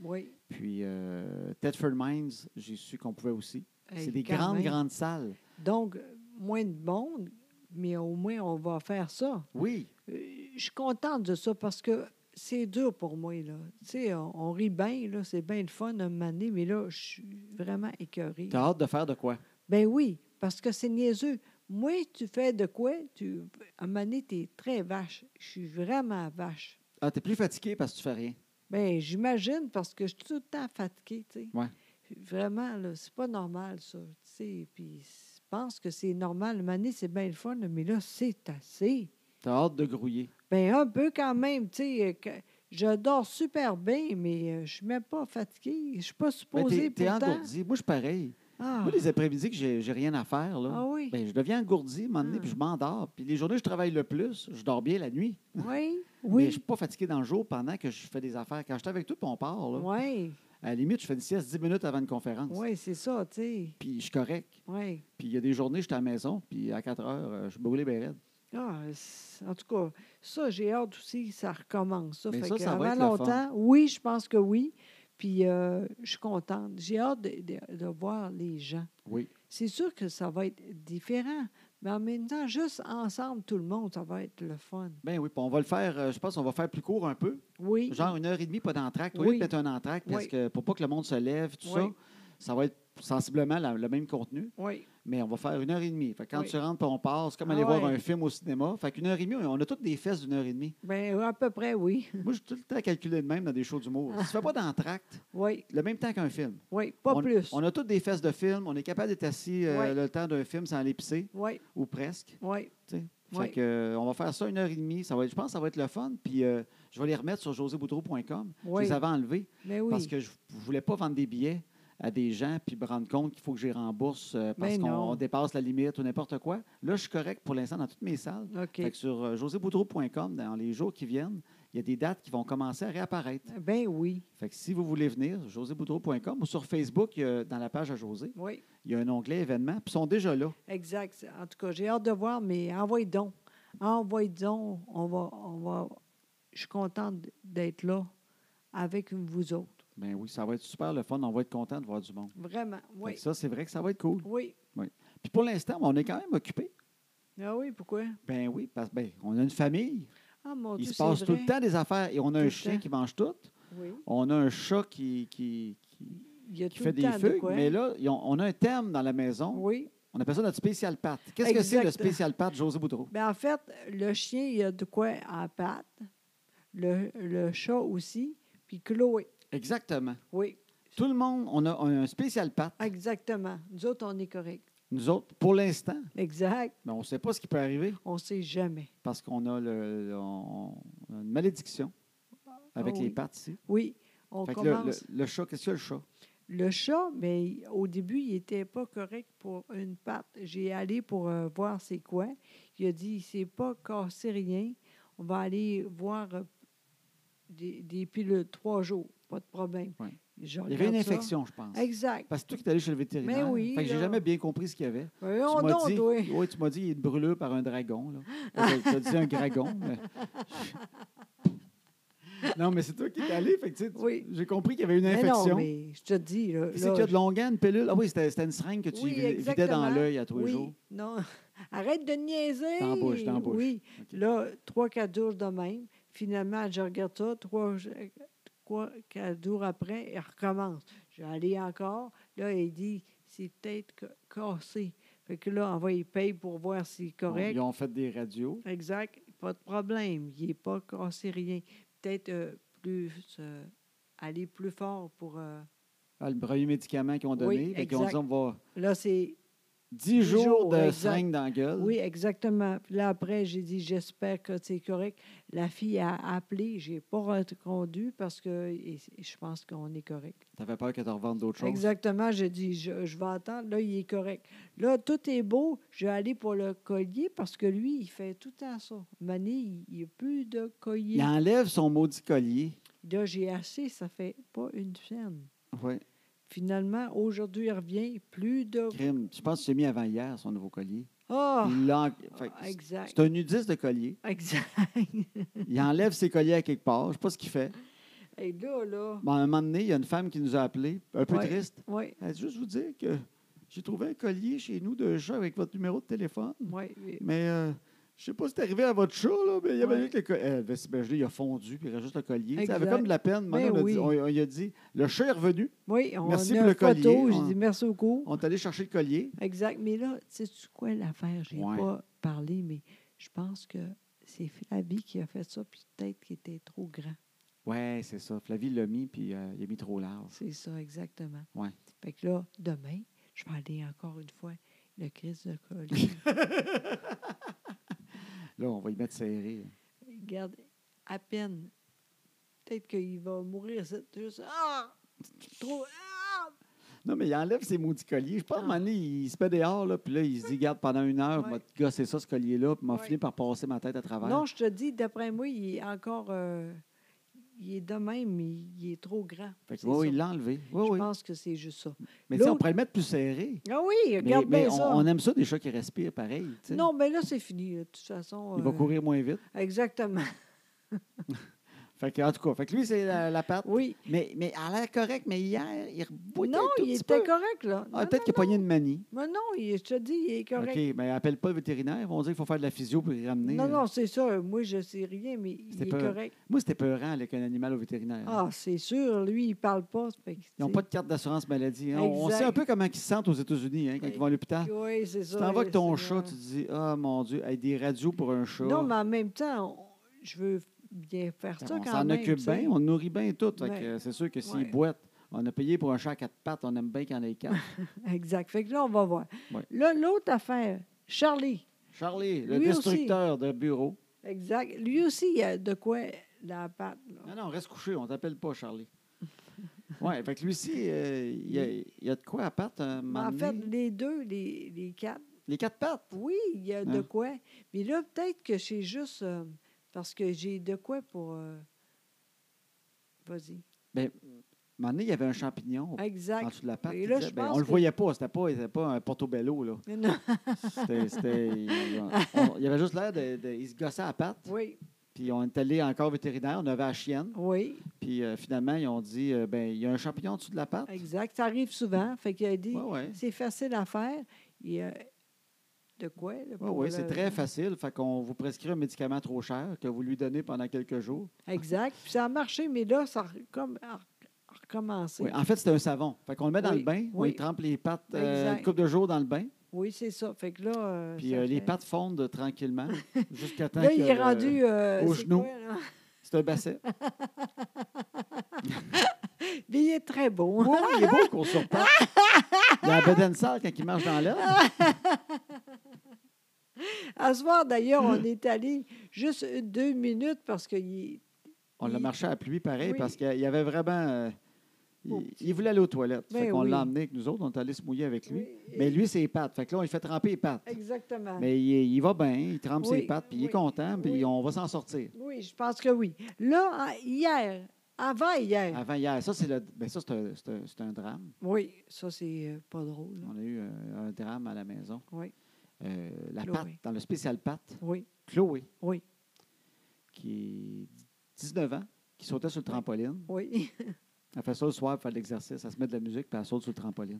oui.
Puis euh, Thetford Mines, j'ai su qu'on pouvait aussi.
Hey,
C'est des
quand
grandes,
même.
grandes salles.
Donc, moins de monde, mais au moins, on va faire ça.
Oui,
Euh, Je suis contente de ça parce que c'est dur pour moi, là. Tu sais, on, on rit bien, là. C'est bien le fun à un moment donné, mais là, je suis vraiment écœurée.
t'as hâte de faire de quoi?
Ben oui, parce que c'est niaiseux. Moi, tu fais de quoi? Tu, à un moment donné, t'es très vache. Je suis vraiment vache.
Ah, t'es plus fatigué parce que tu fais rien.
Ben, j'imagine, parce que je suis tout le temps fatiguée, tu sais.
Ouais.
Vraiment, là, c'est pas normal, ça. Tu sais, puis je pense que c'est normal. Une année, c'est bien le fun, là, mais là, c'est assez.
T'as hâte de grouiller.
Ben, un peu quand même, tu sais. euh, que- Je dors super bien, mais euh, je suis même pas fatiguée. Je suis pas
Mais
supposée
Ben, t'es, t'es
pourtant.
engourdi. Moi, je suis pareil.
Ah,
Moi, les après-midi que j'ai, j'ai rien à faire, là,
ah oui,
ben, je deviens engourdi, un moment donné,
Ah.
puis je m'endors. Puis les journées où je travaille le plus, je dors bien la nuit.
oui,
Mais je
oui,
suis pas fatigué dans le jour pendant que je fais des affaires. Quand je suis avec toi, puis on part, là,
oui,
à la limite, je fais une sieste 10 minutes avant une conférence.
oui, c'est ça, tu sais.
Puis je suis correct.
Oui.
Puis il y a des journées, je suis à la maison, puis à 4 heures, euh, je suis brûlé bien raide.
Ah, c'est- en tout cas, ça, j'ai hâte aussi que ça recommence. Ça,
Mais
fait
ça,
que
ça va
avant
être le fun.
longtemps, oui, je pense que oui. Puis euh, je suis contente. J'ai hâte de, de- de voir les gens.
Oui.
C'est sûr que ça va être différent, mais en même temps, juste ensemble, tout le monde, ça va être le fun.
Ben oui, puis on va le faire, euh, je pense qu'on va faire plus court un peu,
Oui.
genre une heure et demie, pas d'entracte. Au
Oui.
lieu de mettre un entracte, parce
Oui.
que pour pas que le monde se lève, tout
Oui.
ça, ça va être sensiblement la- le même contenu,
Oui.
mais on va faire une heure et demie. Fait que quand
Oui.
tu rentres, puis on part, c'est comme aller
Ah
voir
ouais.
un film au cinéma. Fait qu'une heure et demie, on a toutes des fesses d'une heure et demie.
Ben, à peu près, oui.
Moi, j'ai tout le temps calculé de même dans des shows d'humour. Si tu fais pas d'entracte,
Oui,
le même temps qu'un film.
oui, pas
on,
plus.
On a toutes des fesses de film, on est capable d'être assis euh,
Oui.
le temps d'un film sans aller pisser,
Oui,
ou presque.
oui.
tu sais.
Oui.
Fait que, euh, on va faire ça une heure et demie. Ça va être, je pense que ça va être le fun. Puis euh, je vais les remettre sur joséboudreau.com.
Oui.
Je les avais enlevés
Mais Ben oui.
parce que je ne voulais pas vendre des billets à des gens puis me rendre compte qu'il faut que je les rembourse euh, parce
Ben
qu'on
non.
on dépasse la limite ou n'importe quoi. Là, je suis correct pour l'instant dans toutes mes salles.
OK.
Fait que sur euh, joséboudreau.com, dans les jours qui viennent, il y a des dates qui vont commencer à réapparaître.
Ben oui.
Fait que si vous voulez venir, joséboudreau.com ou sur Facebook, il y a- dans la page à José,
Oui.
il y a un onglet événements, puis ils sont déjà là.
Exact. C'est- En tout cas, j'ai hâte de voir, mais envoyez donc. Envoyez donc. On va, on va... Je suis contente d'être là avec vous autres.
Ben oui, ça va être super le fun. On va être content de voir du monde.
Vraiment.
Fait
Oui.
que Ça, c'est vrai que ça va être cool.
Oui.
Puis pour l'instant, on est quand même occupé.
Ah oui, pourquoi?
Ben oui, parce qu'on a une famille.
Ah mon
Il
Dieu,
se passe
c'est
tout
vrai.
le temps des affaires. Et on a
Tout
un
le
chien
temps.
qui mange tout.
Oui.
On a un chat qui, qui, qui-
Il y a
qui
tout
fait
le
des
temps de
fugues.
quoi.
Mais là, ils ont- on a un thème dans la maison.
Oui.
On appelle ça notre spécial pâte. Qu'est-ce que c'est le
Exact.
spécial pâte, José Boudreau?
Ben, en fait, le chien, il y a de quoi à patte. Le, le chat aussi. Puis Chloé.
Exactement.
Oui,
Tout le monde, on a un spécial pâte.
exactement. Nous autres, on est corrects.
Nous autres, pour l'instant,
Exact.
mais on ne sait pas ce qui peut arriver
On ne sait jamais.
parce qu'on a le- le- on- on a une malédiction avec
Ah
les
oui.
pattes ici.
Oui, on
Fait que le- le,
commence.
le chat, qu'est-ce que le chat?
Le chat, mais il- au début, il n'était pas correct pour une patte. J'ai allé pour euh, voir c'est quoi. Il a dit, c'est pas cassé rien. On va aller voir euh, des, des pilules trois jours. Pas de problème.
Ouais.
Je
Il y avait une
regarde ça.
infection, je pense.
Exact.
Parce que toi qui es allé chez le vétérinaire,
Mais oui,
fait que j'ai
là.
jamais bien compris ce qu'il y avait.
Voyons
tu m'as
donc,
dit,
toi.
ouais, tu m'as dit il est brûlé par un dragon. Là. Fait que Tu as dit un dragon. mais- Non, mais c'est toi qui es allé. Fait que, tu sais, tu-
Oui.
J'ai compris qu'il y avait une
Mais non,
infection.
mais je te dis. là,
Puis C'est
là,
qu'il y a de longueur, une pilule. Ah oui, c'était c'était une seringue que tu
Oui,
vid- vidais
exactement.
dans l'œil à tous les
oui,
jours.
Non. Arrête de niaiser.
Dans la bouche, dans la bouche.
Oui.
OK.
Là, trois, quatre jours de même. Finalement, je regarde ça, trois, trois, quatre jours après, elle recommence. Je vais aller encore. Là, elle dit, c'est peut-être ca- cassé. Fait que là, on va y payer pour voir si c'est correct.
Ils ont fait des radios.
Exact. Pas de problème. Il n'est pas cassé rien. Peut-être euh, plus euh, aller plus fort pour. euh,
Ah, le premier médicament qu'ils ont donné.
Oui,
fait qu'ils ont dit
exact.
on va
Là, c'est.
10 jours,
jours,
de
exact.
seringue dans la gueule.
Oui, exactement. Puis là, après, j'ai dit j'espère que c'est correct. La fille a appelé. Je n'ai pas répondu parce que et- et je pense qu'on est correct.
T'avais peur que tu revendes d'autres choses.
Exactement, j'ai dit, je, je vais attendre. Là, il est correct. Là, tout est beau. Je vais aller pour le collier parce que lui, il fait tout à ça. Mané, il n'y a plus de collier.
Il enlève son maudit collier.
Là, j'ai assez, ça fait pas une semaine.
Oui,
Finalement, aujourd'hui, il revient plus de.
crime. Je pense que c'est mis avant hier, son nouveau collier.
Ah!
Il l'en- fait que c'est-
exact.
c'est un nudiste de collier.
Exact.
Il enlève ses colliers à quelque part. Je ne sais pas ce qu'il fait.
Et là, là.
Mais à un moment donné, il y a une femme qui nous a appelés, un peu
Ouais.
triste.
Oui,
Elle dit juste vous dire que j'ai trouvé un collier chez nous de chat avec votre numéro de téléphone.
oui.
Mais euh, je sais pas si c'est arrivé à votre chat, là, mais il y avait
Ouais.
eu que le collier. Elle avait si bien gelé, il a fondu, puis il reste juste le collier. Tu sais, Elle avait
Exact.
comme de la peine. mais
Ben
on, a dit,
oui.
on- on lui a dit le chat est revenu,
Oui, on
Merci
a
pour le
une photo.
collier.
J'ai
On-
dit merci beaucoup.
on est allé chercher le collier.
Exact. Mais là, sais-tu quoi l'affaire? Je n'ai
Ouais.
pas parlé, mais je pense que c'est Flavie qui a fait ça, puis peut-être qu'il était trop grand.
Ouais, c'est ça. Flavie l'a mis, puis euh, il a mis trop large.
C'est ça, exactement.
Ouais.
Fait que là, demain, je vais aller encore une fois le Christ de collier.
Là, on va y mettre serré.
Regarde, à peine. Peut-être qu'il va mourir. C'est juste. Ah! Trop. Ah!
Non, mais il enlève ses maudits colliers. Je pense qu'à un moment
Ah.
donné, il se met dehors, là, puis là, il se dit garde pendant une heure,
Ouais.
m'a gossé ça, ce collier-là, puis m'a
Ouais.
fini par passer ma tête à travers.
Non, je te dis, d'après moi, il est encore. euh, il est de même, mais il est trop grand.
Fait que,
C'est
oui, oui,
ça.
il l'a enlevé. Oui,
je
Oh oui.
pense que c'est juste ça.
Mais tu sais, on
l'autre-
pourrait le mettre plus serré.
Ah oui,
Mais,
regarde
mais
bien
on,
ça.
on aime ça, des chats qui respirent pareil. tu sais.
Non, mais là, c'est fini. là. De toute façon.
Il va
euh,
courir moins vite.
Exactement.
Fait que, en tout cas, fait que lui, c'est la, la patte.
Oui.
Mais, mais elle a l'air correcte, mais hier, il reboutait
non,
tout
il
petit
était
peu.
correct, là.
Ah,
non,
Peut-être qu'il a pogné une manie.
non, non, il- je te dis, il est correct.
OK, mais appelle pas le vétérinaire. Ils vont dire qu'il faut faire de la physio pour y ramener.
Non,
là.
non, c'est ça. Moi, je sais rien, mais il
C'était
est
euh, pas- euh,
correct.
Moi, c'était peurant avec un animal au vétérinaire.
Ah, c'est sûr. Lui, il parle pas.
Ils n'ont pas de carte d'assurance maladie. hein. On on
Exact.
sait un peu comment ils se sentent aux États-Unis hein, quand ils vont à l'hôpital.
Oui, c'est
Tu
ça.
t'en vas avec ton
c'est-
chat, tu te dis Ah mon Dieu, avec des radios pour un chat.
Non, mais en même temps, on- je veux bien faire ça
Ben, on
quand
s'en
même.
occupe
tu sais.
bien, on le nourrit bien tout. Fait
Ouais.
que, euh, C'est sûr que s'il
Ouais.
boite, on a payé pour un chat à quatre pattes, on aime bien qu'il y en ait quatre.
Exact. Fait que là, on va voir.
Ouais.
Là, l'autre affaire, Charlie.
Charlie, le
Lui aussi.
destructeur de bureau.
Exact. Lui aussi, il a de quoi dans la patte. là.
Non, non, reste couché, on t'appelle pas Charlie. Oui, fait que lui aussi, euh, il y a- il y, a de quoi à pattes. un
Mais
moment
en fait,
donné.
les deux, les, les quatre,
Les quatre pattes.
oui, il y a de
Hein?
quoi. Mais là, peut-être que c'est juste euh, parce que j'ai de quoi pour. euh, Vas-y.
À un moment donné, il y avait un champignon en
Exact.
dessous de la patte.
Et
il
là,
disait,
je
ben,
pense
on le
que-
voyait pas, c'était pas, c'était pas un portobello. Là.
Non,
C'était- c'était- on- il avait juste l'air de, de- Il se gossait à la patte.
oui,
Puis on est allé encore au vétérinaire, on avait la chienne.
oui,
Puis euh, finalement, ils ont dit euh, ben, il y a un champignon en dessous de la patte.
exact. Ça arrive souvent. Fait qu'il a dit,
Oui, oui.
c'est facile à faire. Il y a de quoi. là,
Oui,
pour
oui,
le-
c'est très facile. Fait qu'on vous prescrit un médicament trop cher que vous lui donnez pendant quelques jours.
Exact. Puis ça a marché, mais là, ça a re- comme a re- a recommencé.
Oui, en fait, c'est un savon. Fait qu'on le met dans
Oui,
le bain, on
oui.
y trempe les pattes euh,
Exact.
une couple de jours dans le bain,
Oui, c'est ça. Fait que là. euh,
puis
ça
euh, les
fait-
pattes fondent tranquillement jusqu'à temps
Là,
que
il est
le-
rendu. euh,
au
c'est
genou.
quoi, là?
C'est un basset.
Mais il est très beau. hein?
Oui, oui, Ah, il est beau qu'on sur pattes. Il a la bedaine sale quand il marche dans l'herbe.
À ce soir, d'ailleurs,
Hmm.
on est allé juste une- deux minutes parce que il-
On l'a
Il-
marché à la pluie pareil
Oui.
parce qu'il y avait vraiment. euh,
Oh,
il, il voulait aller aux toilettes.
Ben
fait qu'on
oui.
l'a emmené avec nous autres. On est allé se mouiller avec lui.
Oui,
Mais lui, c'est les pattes. Fait que là, on lui fait tremper les pattes.
Exactement.
Mais il, il va bien, il trempe ses
Oui,
pattes, puis il est
oui,
content, puis
oui.
on va s'en sortir.
Oui, je pense que oui. Là, à- hier, avant hier.
Avant hier, ça, c'est le- ben, ça, c'est un- c'est un- c'est un drame.
Oui, ça, c'est euh, pas drôle. là.
On a eu euh, un drame à la maison.
Oui.
Euh, la
Chloé.
patte, dans le spécial patte,
Oui,
Chloé,
oui.
qui est 19 ans, qui qui sautait sur le trampoline.
Oui.
Elle fait ça le soir pour faire de l'exercice. Elle se met de la musique puis elle saute sur le trampoline.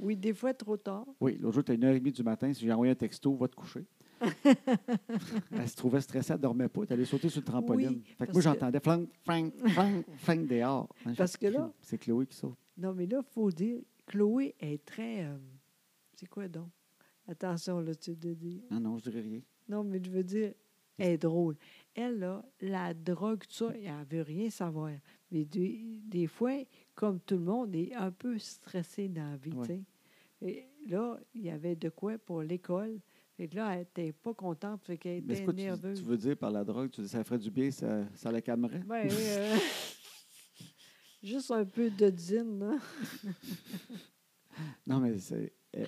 Oui, des fois trop tard.
Oui, l'autre jour, c'était une heure et demie du matin. Si j'ai envoyé un texto, va te coucher. elle se trouvait stressée, elle ne dormait pas. Elle allait sauter sur le trampoline.
Oui,
fait que
parce
moi,
que-
j'entendais flank, flank, flank, flank dehors. Hein, j'ai
Parce
fait,
que là-
Crime, C'est Chloé qui saute.
Non, mais là, il faut dire, Chloé est très. euh, c'est quoi donc? Attention, là, tu te dis.
Non, non, je dirais rien.
Non, mais je veux dire, elle est drôle. Elle, là, la drogue, tout ça, elle ne veut rien savoir. Mais des, des fois, comme tout le monde, elle est un peu stressée dans la vie,
Ouais.
tu sais. Et là, il y avait de quoi pour l'école. Fait que là, elle n'était pas contente, fait qu'elle
Mais c'est
était
quoi tu,
nerveuse.
tu veux dire par la drogue? Tu dis ça ferait du bien, ça, ça la calmerait?
Ben, euh, juste un peu de dîne, là.
Non, mais c'est. ne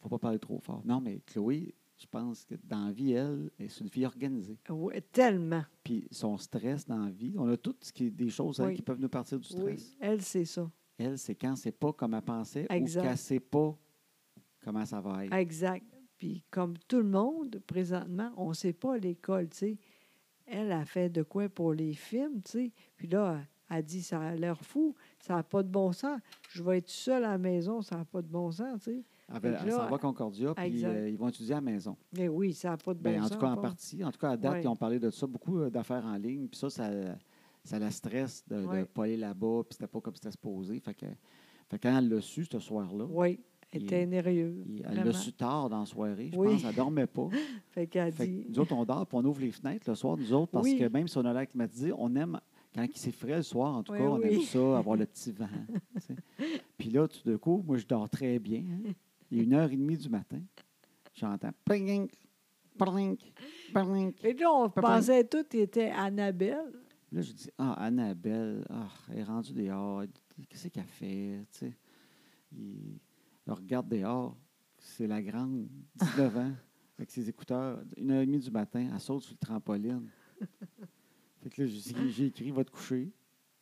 faut pas parler trop fort. Non, mais Chloé, je pense que dans la vie, elle, elle, c'est une fille organisée.
Ouais, tellement.
Puis son stress dans la vie, on a toutes ce qui est des choses hein,
Oui.
qui peuvent nous partir du stress.
Oui, elle, c'est ça.
Elle, c'est quand c'est pas comme elle pensait
Exact.
ou qu'elle sait pas comment ça va être.
Exact. Puis comme tout le monde, présentement, on ne sait pas à l'école, tu sais. Elle a fait de quoi pour les films, tu sais. Puis là, elle a dit, ça a l'air fou, ça n'a pas de bon sens. Je vais être seule à la maison, ça n'a pas de bon sens, tu sais.
Elle, va-
Fait que
elle
là,
s'en va à Concordia, puis
exact.
euh, ils vont étudier à la maison.
Mais oui, ça n'a pas de bon
Ben, en
sens.
tout cas, en
pas.
partie. En tout cas, à date,
Ouais.
ils ont parlé de ça, beaucoup euh, d'affaires en ligne. Puis ça, ça, ça la stresse de ne
Ouais.
pas aller là-bas, puis c'était pas comme c'était supposé. Fait que, fait que quand elle l'a su, ce soir-là,
Oui, elle
Il-
était nerveuse.
il- elle l'a
vraiment.
su tard dans la soirée. Je
Oui.
pense qu'elle dormait pas.
Fait qu'elle
Fait que
dit,
nous autres, on dort, puis on ouvre les fenêtres le soir, nous autres, parce
Oui.
que même si on a l'air climatisé, on aime, quand il s'est frais le soir, en tout
Oui,
cas, on aime
oui.
ça, avoir le petit vent. tu sais. Puis là, tout de coup, moi, je dors très bien. hein. Il est une heure et demie du matin. J'entends plink, plink, plink.
et là, on
Papa-
pensait tout était Annabelle.
Là, je dis, ah, Annabelle, ah, elle est rendue dehors. Qu'est-ce qu'elle fait? Tu sais, il, elle regarde dehors. C'est la grande, 19 ans, avec ses écouteurs. Une heure et demie du matin, elle saute sur le trampoline. Fait que là, je dis, j'ai écrit, va te coucher.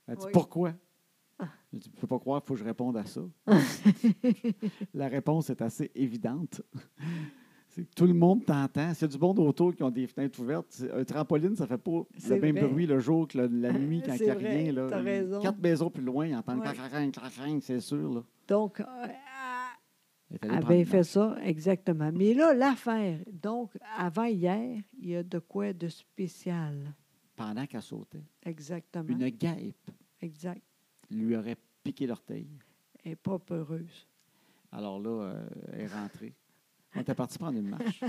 Elle dit,
Oui.
pourquoi? Je dis, je peux pas croire, il faut que je réponde à ça. la réponse est assez évidente. C'est que tout le monde t'entend. S'il y a du monde autour qui ont des fenêtres ouvertes, c'est- un trampoline, ça fait pas le
C'est
même
vrai.
bruit le jour que le- la nuit quand il
C'est
n'y a
vrai,
rien. Là.
t'as raison.
Quatre maisons plus loin, ils entendent
Ouais.
cracrang, cracrang, c'est sûr. Là.
Donc, euh,
Elle est allée
Elle
prendre
avait
une
fait ça, exactement. Mais là, l'affaire, donc, avant hier, il y a de quoi de spécial.
marche Pendant qu'elle sautait,
Exactement.
une guêpe
Exact.
lui aurait piqué l'orteil.
Elle n'est pas peureuse.
Alors là, euh, elle est rentrée. On était parti prendre une marche.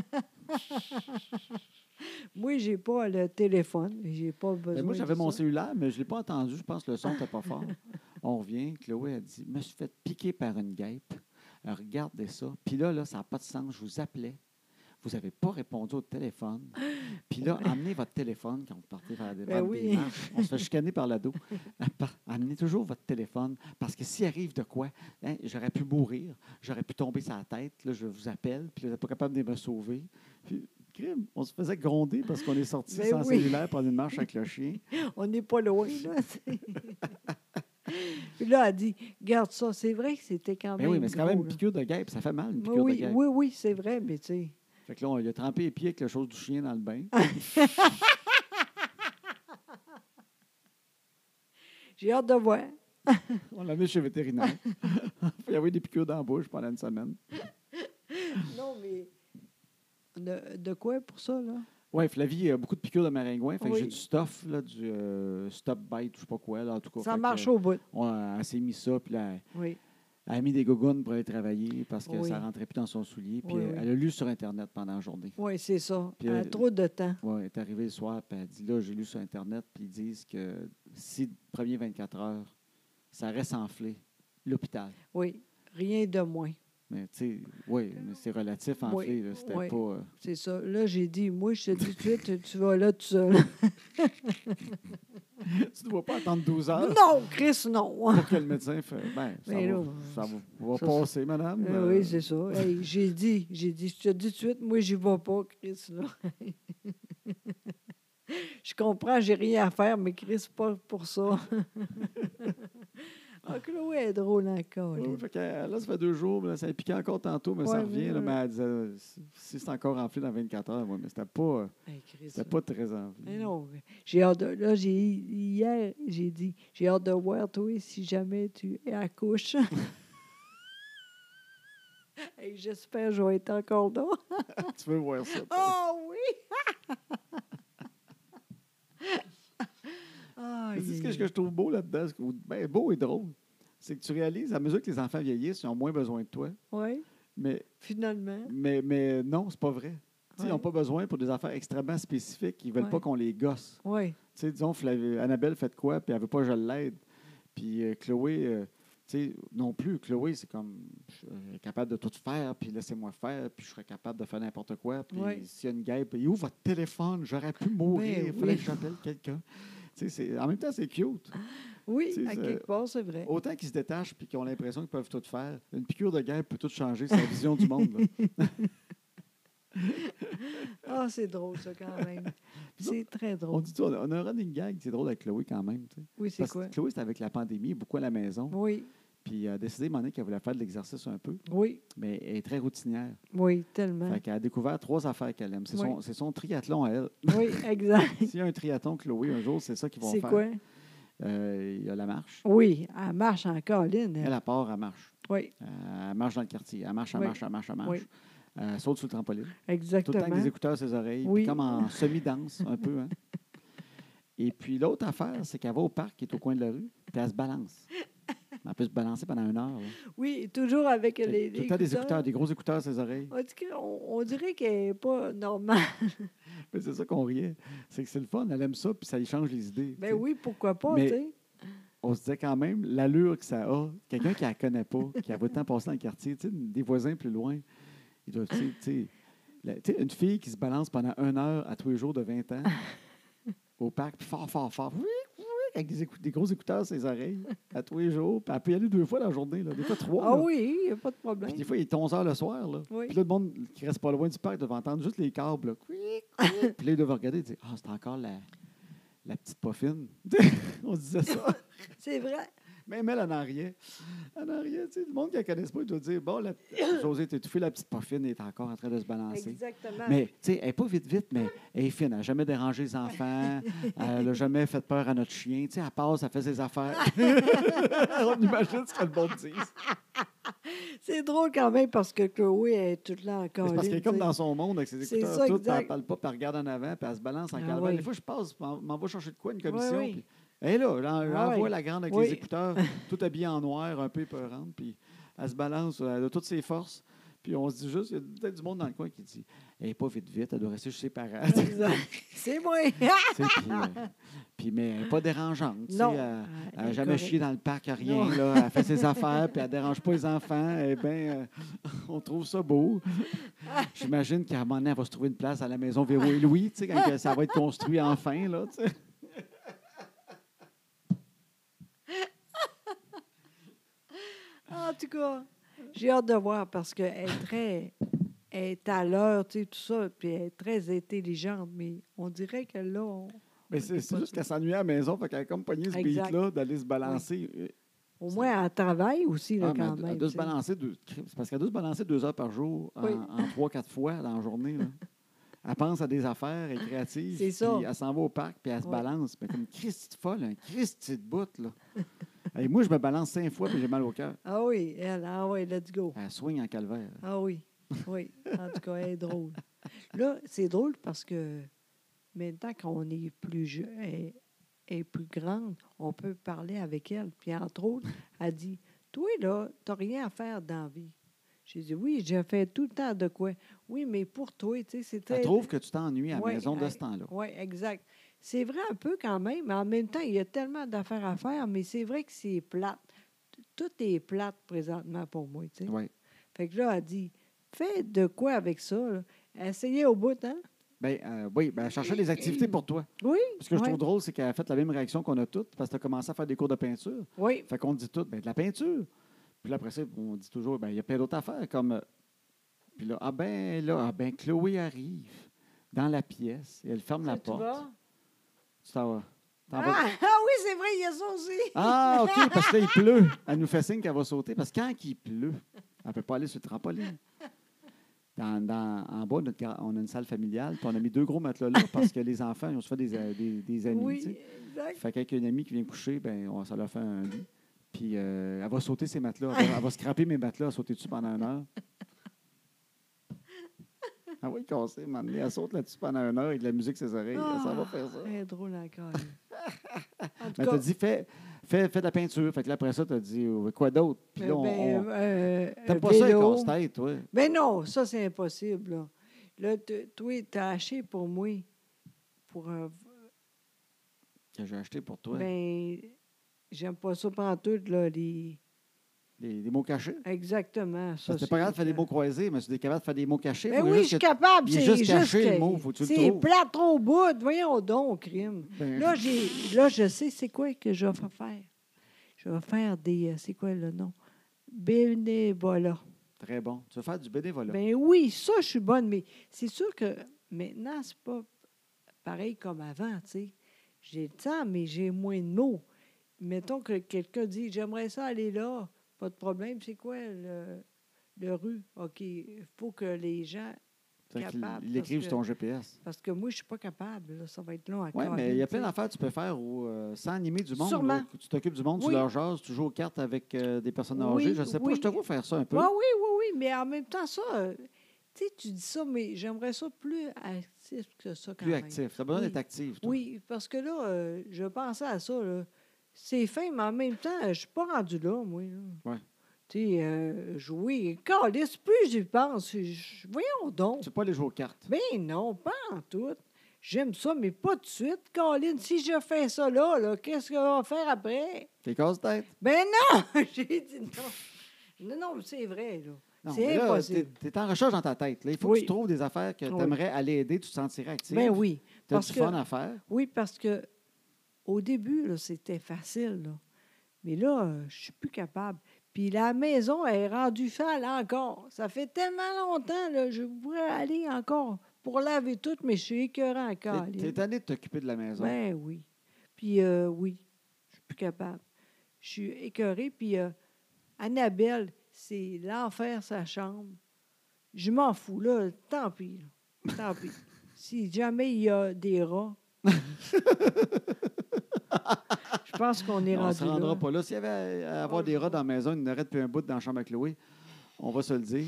Moi, j'ai pas le téléphone. J'ai pas besoin.
Ben, moi,
de
j'avais mon
ça.
cellulaire, mais je ne l'ai pas entendu. Je pense que le son n'était pas fort. On revient. Chloé a dit Je me suis fait piquer par une guêpe. Elle, Regardez ça. Puis là, là ça n'a pas de sens. Je vous appelais. Vous n'avez pas répondu au téléphone. Puis là, amenez votre téléphone quand vous partez faire des,
Ben
faire des
oui.
marches. On se fait chicaner par l'ado. Par- Amenez toujours votre téléphone parce que s'il arrive de quoi, hein, j'aurais pu mourir, j'aurais pu tomber sur la tête. Là, je vous appelle. Puis là, vous n'êtes pas capable de me sauver. Puis, crime, on se faisait gronder parce qu'on est sorti
Ben
sans
oui.
cellulaire prendre une marche avec le chien.
On n'est pas loin, là. Puis là, elle dit Garde ça. C'est vrai que c'était quand
Mais
même.
Ben oui, mais c'est quand
gros,
même une
là.
piqûre de guêpe. Ça fait mal, une
Oui,
piqûre de
hein. Ben oui,
guêpe.
oui, oui, c'est vrai, mais tu sais.
Fait que là, on lui a trempé les pieds avec la chose du chien dans le bain.
Ah. J'ai hâte de voir.
on l'a mis chez le vétérinaire. Il y avait des piqûres dans la bouche pendant une semaine.
Non, mais. De, de quoi pour ça, là?
Oui, Flavie a beaucoup de piqûres de maringouin. Fait que
Oui.
j'ai du stuff, là, du euh, stop bite, je sais pas quoi. Là, en tout cas,
Ça
Fait que,
marche
euh,
au bout.
on- elle s'est mis ça, puis là,
Oui.
elle a mis des gougounes pour aller travailler parce que
Oui.
ça rentrait plus dans son soulier. Puis
Oui,
euh,
oui.
elle a lu sur Internet pendant la journée.
Oui, c'est ça.
Puis,
Elle a
euh,
trop de temps.
Ouais, elle est arrivée le soir, puis elle a dit là, j'ai lu sur Internet, puis ils disent que si le premier 24 heures, ça reste enflé, l'hôpital.
Oui, rien de moins.
Mais tu sais, oui, mais c'est relatif en
Oui,
fait. là, C'était
oui.
pas. euh,
C'est ça. Là, j'ai dit, moi, je te dis tout de suite, tu vas là tout seul.
tu ne dois pas attendre 12 heures
non, Chris, non.
pour que le médecin fait. Ben, ça,
Mais
va,
là,
ça va- va
ça,
passer, madame.
Eh
euh,
oui, c'est ça. Hey, j'ai dit, j'ai dit, je te dis tout de suite, moi, j'y vais pas, Chris, là. je comprends, j'ai rien à faire, mais Chris, pas pour ça. Ah, Chloé est drôle encore. là.
Oui, fait que, euh, là, ça fait deux jours, mais là, ça a piqué encore tantôt, mais ça
Ouais,
revient.
mais,
là,
euh,
mais elle disait, euh, si- si c'est encore enflé dans 24 heures, ouais, mais c'était pas, euh,
Hey, Chris,
c'était pas très enflé.
Mais non, j'ai hâte de, là, j'ai, hier, j'ai dit, j'ai hâte de voir, toi, si jamais tu accouches. Hey, j'espère que je vais être encore là.
tu veux voir ça? toi?
Oh oui! Aïe,
Mais c'est ce que,
aïe,
ce que je trouve beau là-dedans, ce que- ben, beau et drôle, c'est que tu réalises, à mesure que les enfants vieillissent, ils ont moins besoin de toi.
aïe. Ouais,
Mais,
finalement.
mais, mais non, c'est pas vrai. Tu sais, Ils
Ouais.
n'ont pas besoin pour des affaires extrêmement spécifiques. Ils ne veulent pas
Ouais.
qu'on les gosse.
Oui,
Tu sais, disons, Flavie- Annabelle fait de quoi, puis elle veut pas que je l'aide. Puis euh, Chloé, euh, tu sais, non plus. Chloé, c'est comme, je suis capable de tout faire, puis laissez-moi faire, puis je serais capable de faire n'importe quoi. Puis
Ouais.
s'il y a une guêpe, il ouvre votre téléphone, j'aurais pu mourir, il
Ben
fallait
oui.
que j'appelle quelqu'un. Tu sais, c'est- en même temps, c'est cute.
oui
Tu sais, ça-
à quelque part, c'est vrai.
Autant qu'ils se détachent puis qu'ils ont l'impression qu'ils peuvent tout faire, une piqûre de guêpe peut tout changer, sa vision du monde. là.
Ah, c'est drôle, ça, quand même. c'est très
On
drôle.
dit tout, on a- on a un running gag, c'est drôle avec Chloé quand même. tu sais.
Oui, c'est
Parce
quoi?
que Chloé, c'était avec la pandémie, beaucoup à la maison.
Oui,
Puis euh, elle a décidé, à un moment donné, qu'elle voulait faire de l'exercice un peu.
oui,
Mais elle est très routinière.
oui, tellement.
Fait qu'elle a découvert trois affaires qu'elle aime. C'est
Oui.
son, c'est son triathlon à elle.
Oui, exact.
S'il y a un triathlon, Chloé, un jour, c'est ça qu'ils vont
C'est
faire.
quoi?
Euh, il y a la marche.
Oui, elle marche en colline. elle.
Elle, à part, elle marche.
Oui,
Euh, elle marche dans le quartier. Elle marche, elle
Oui.
marche, elle marche, elle marche.
Oui.
Euh, elle saute sur le trampoline. Tout le temps avec
exactement.
des écouteurs à ses oreilles. puis
Oui.
comme en semi-danse, un peu. hein. Et puis l'autre affaire, c'est qu'elle va au parc qui est au coin de la rue, puis elle se balance. Elle peut se balancer pendant une heure. là.
Oui, toujours avec les,
Tout le temps des écouteurs, des gros écouteurs à ses oreilles.
On, dit que- on- on dirait qu'elle n'est pas normale.
Mais c'est ça qu'on riait. C'est que c'est le fun, elle aime ça, puis ça lui change les idées. tu sais.
Ben oui, pourquoi pas,
Mais-
tu sais.
on se disait quand même l'allure que ça a, quelqu'un qui la connaît pas, qui a autant passé dans le quartier, tu sais, des voisins plus loin, ils doivent, tu sais, tu sais, la- tu sais, une fille qui se balance pendant une heure à tous les jours de 20 ans au parc, puis fort, fort, fort, oui, oui, avec des, écou- des gros écouteurs à ses oreilles à tous les jours, puis elle peut y aller deux fois la journée, là, des fois trois.
Ah
là.
oui, il n'y a pas de
Puis
problème.
des fois, il est 11 heures le soir. Là.
Oui.
Puis là, le monde qui reste pas loin du parc devait entendre juste les câbles. là, Couic, couic. Puis là, ils devaient regarder et dire Ah, c'est encore la, la petite poffine. On se disait ça.
C'est vrai.
Même elle, elle en riait. Elle en riait. tu sais, Le monde qui la connaisse pas, il doit dire Bon, la, José, t'es étouffée, la petite poffine est encore en train de se balancer.
Exactement.
Mais, tu sais, elle n'est pas vite, vite, mais elle est fine. Elle n'a jamais dérangé les enfants. Elle n'a jamais fait peur à notre chien. Tu sais, elle passe, elle fait ses affaires. On imagine ce que le monde dit.
C'est drôle quand même parce que Chloé est toute là en
Mais
colline.
c'est parce qu'elle est comme
tu sais.
dans son monde avec ses
C'est
écouteurs,
ça,
tout, puis elle
exact.
parle pas, puis elle regarde en avant, puis elle se balance en
Ah
calvant. Des
oui.
fois, je passe, puis m'en m'en va chercher de quoi, une commission,
oui.
puis elle là, j'en-
Ah
j'en
oui.
vois la grande avec
Oui.
les écouteurs, tout habillée en noir, un peu épeurante, puis elle se balance euh, de toutes ses forces. Puis on se dit juste, il y a peut-être du monde dans le coin qui dit « Elle est pas vite, vite, elle doit rester chez ses parents. Tu sais,
Exact. C'est moi. Ah!
Puis, euh, puis, mais elle n'est pas dérangeante. tu sais,
non.
elle-
Ah,
elle n'a
est
jamais
correcte.
chié dans le parc, rien.
Non.
Là. Elle fait ses affaires, puis elle ne dérange pas les enfants. Eh bien, on trouve ça beau. J'imagine qu'à un moment donné, elle va se trouver une place à la maison Véro et Louis, tu sais, quand que ça va être construit enfin. Là, tu sais.
En tout cas, j'ai hâte de voir parce qu'elle est très. Elle est à l'heure, tu sais, tout ça, puis elle est très intelligente, mais on dirait que là, on-
Mais c'est c'est juste qu'elle s'ennuie à la maison, fait qu'elle a comme pogné ce
Exact.
beat-là d'aller se balancer. euh,
au
C'est-
moins, elle travaille aussi, là,
ah, mais
quand
elle-
même.
elle doit
tu
se
sais.
balancer deux, crime, c'est parce qu'elle doit se balancer deux heures par jour en,
Oui.
en trois, quatre fois dans la journée. là. Elle pense à des affaires, elle est créative.
C'est ça.
puis Elle s'en va au parc, puis elle se
Oui.
balance. Mais comme Christy de folle, un Christy de bout. Là. Et moi, je me balance cinq fois, puis j'ai mal au cœur.
Ah oui, elle, ah oui, let's go.
Elle soigne en calvaire.
Ah oui, oui. En tout cas, elle est drôle. Là, c'est drôle parce que maintenant qu'on est plus jeune, elle elle est plus grande, on peut parler avec elle. Puis entre autres, elle dit Toi, là, t'as rien à faire dans la vie. J'ai dit Oui, j'ai fait tout le temps de quoi. Oui, mais pour toi, tu sais, c'est
Elle
très.
trouve que tu t'ennuies à la
Oui,
maison de
elle-
ce temps-là.
Oui, exact. C'est vrai un peu quand même, mais en même temps, il y a tellement d'affaires à faire, mais c'est vrai que c'est plate. T- Tout est plate présentement pour moi, tu sais.
Oui.
Fait que là, elle dit, fais de quoi avec ça, là? Essayez au bout, hein?
Ben, euh, oui, ben, elle cherchait des activités pour toi.
Oui,
Ce que je
Ouais.
trouve drôle, c'est qu'elle a fait la même réaction qu'on a toutes, parce que tu as commencé à faire des cours de peinture.
oui,
Fait qu'on dit tout, ben, de la peinture. Puis là, après ça, on dit toujours, ben, il y a plein d'autres affaires comme. euh, Puis là, ah ben, là, ah ben, Chloé arrive dans la pièce et elle ferme la
Là, Ah, tu
porte.
vas.
Tu t'en vas. T'en vas-
Ah, ah oui, c'est vrai, il y a ça aussi.
Ah, OK, parce que là, il pleut. Elle nous fait signe qu'elle va sauter. Parce que quand il pleut, elle ne peut pas aller sur le trampoline. Dans- dans- en bas, notre gar- on a une salle familiale, puis on a mis deux gros matelas là parce que les enfants, ils ont se fait des, a- des, des amis. tu
Oui,
sais.
exact.
Fait qu'avec une amie qui vient coucher, ben, on, ça leur fait un lit. Puis euh, elle va sauter ses matelas. Elle va, elle va scraper mes matelas, elle va sauter dessus pendant une heure. Ah oui, cassé, m'amener. Elle saute là-dessus pendant une heure avec de la musique sur ses oreilles. Ça va faire ça.
Ah, elle est drôle encore. en tout
Mais t'as
cas,
dit, fais, fais, fais de la peinture. Fait que là, après ça, t'as dit, euh, quoi d'autre? Puis là,
euh,
on.
ben,
on-
euh,
T'aimes pas
vélo.
ça, les casse-tête, toi?
Ben non, ça, c'est impossible. Là, là tu as acheté pour moi, pour un-
Que j'ai acheté pour toi.
Ben, j'aime pas ça pantoute, là, les...
Des, des mots cachés.
Exactement, ça.
Parce que t'es pas capable de faire des mots
mots
croisés, mais tu es capable de faire des mots cachés.
Ben
Faut
oui, je
juste
suis
que-
capable,
il est
c'est
juste
juste
caché, le
que-
mot, faut que tu le
C'est
trouves.
plate au bout, voyons donc, crime.
Ben,
Là, j'ai, là, je sais c'est quoi que je vais fa- faire. Je vais faire des... euh, C'est quoi le nom? Bénévolat.
Très bon. Tu veux faire du bénévolat.
Ben oui, ça, je suis bonne, mais c'est sûr que maintenant, c'est pas pareil comme avant, tu sais. J'ai le temps, mais j'ai moins de mots. Mettons que quelqu'un dit J'aimerais ça aller là, pas de problème, c'est quoi le, le rue? OK, il faut que les gens.
Fait qu'ils-
capable,
ils
parce
l'écrivent sur
que-
ton GPS.
Parce que moi, je suis pas capable, là, ça va être long à
Oui,
carrer,
mais il y a
tu sais.
plein d'affaires que tu peux faire où, euh, sans animer du monde.
Sûrement.
là, que tu t'occupes du monde, tu
Oui.
leur jases, tu joues aux cartes avec euh, des personnes
Oui,
âgées. Je sais pas,
oui.
je te vois faire ça un peu.
Oui, oui, oui, oui, mais en même temps, ça, euh, tu sais, tu dis ça, mais j'aimerais ça plus actif que ça quand
Plus
même.
actif. Tu as besoin
Oui.
d'être active. toi.
Oui, parce que là, euh, je pensais à ça. là. C'est fin, mais en même temps, je ne suis pas rendu là, moi. là.
Ouais.
Tu sais, euh, jouer. Calice, plus j'y pense, je- voyons donc.
Tu peux pas aller jouer aux cartes.
Mais non, pas en tout. J'aime ça, mais pas tout de suite. Colin, si je fais ça là, là, qu'est-ce qu'on va faire après?
T'es casse-tête.
Ben non! J'ai dit non. Non, non, mais c'est vrai, là.
Non,
C'est
mais là,
impossible.
t'es- t'es en recherche dans ta tête. là. Il faut
Oui.
que tu trouves des affaires que
Oui.
tu aimerais aller aider, tu te sentirais actif.
Ben oui.
Tu as
parce
du
que-
fun à faire.
Oui, parce que au début, là, c'était facile. là. Mais là, euh, je suis plus capable. Puis la maison est rendue sale encore. Ça fait tellement longtemps, là, je pourrais aller encore pour laver tout, mais je suis écœurant encore.
T'es- T'es tanné de t'occuper de la maison.
Ben oui. Puis euh, oui, je suis plus capable. Je suis écœurée. Puis euh, Annabelle, c'est l'enfer, sa chambre. Je m'en fous, là. Tant pis. là. Tant pis. Si jamais il y a des rats, je pense qu'on est
on ne se
rendu
rendra
là.
pas là. S'il y avait à à avoir des rats dans la maison, une arrête puis un bout dans la chambre à Chloé, on va se le dire.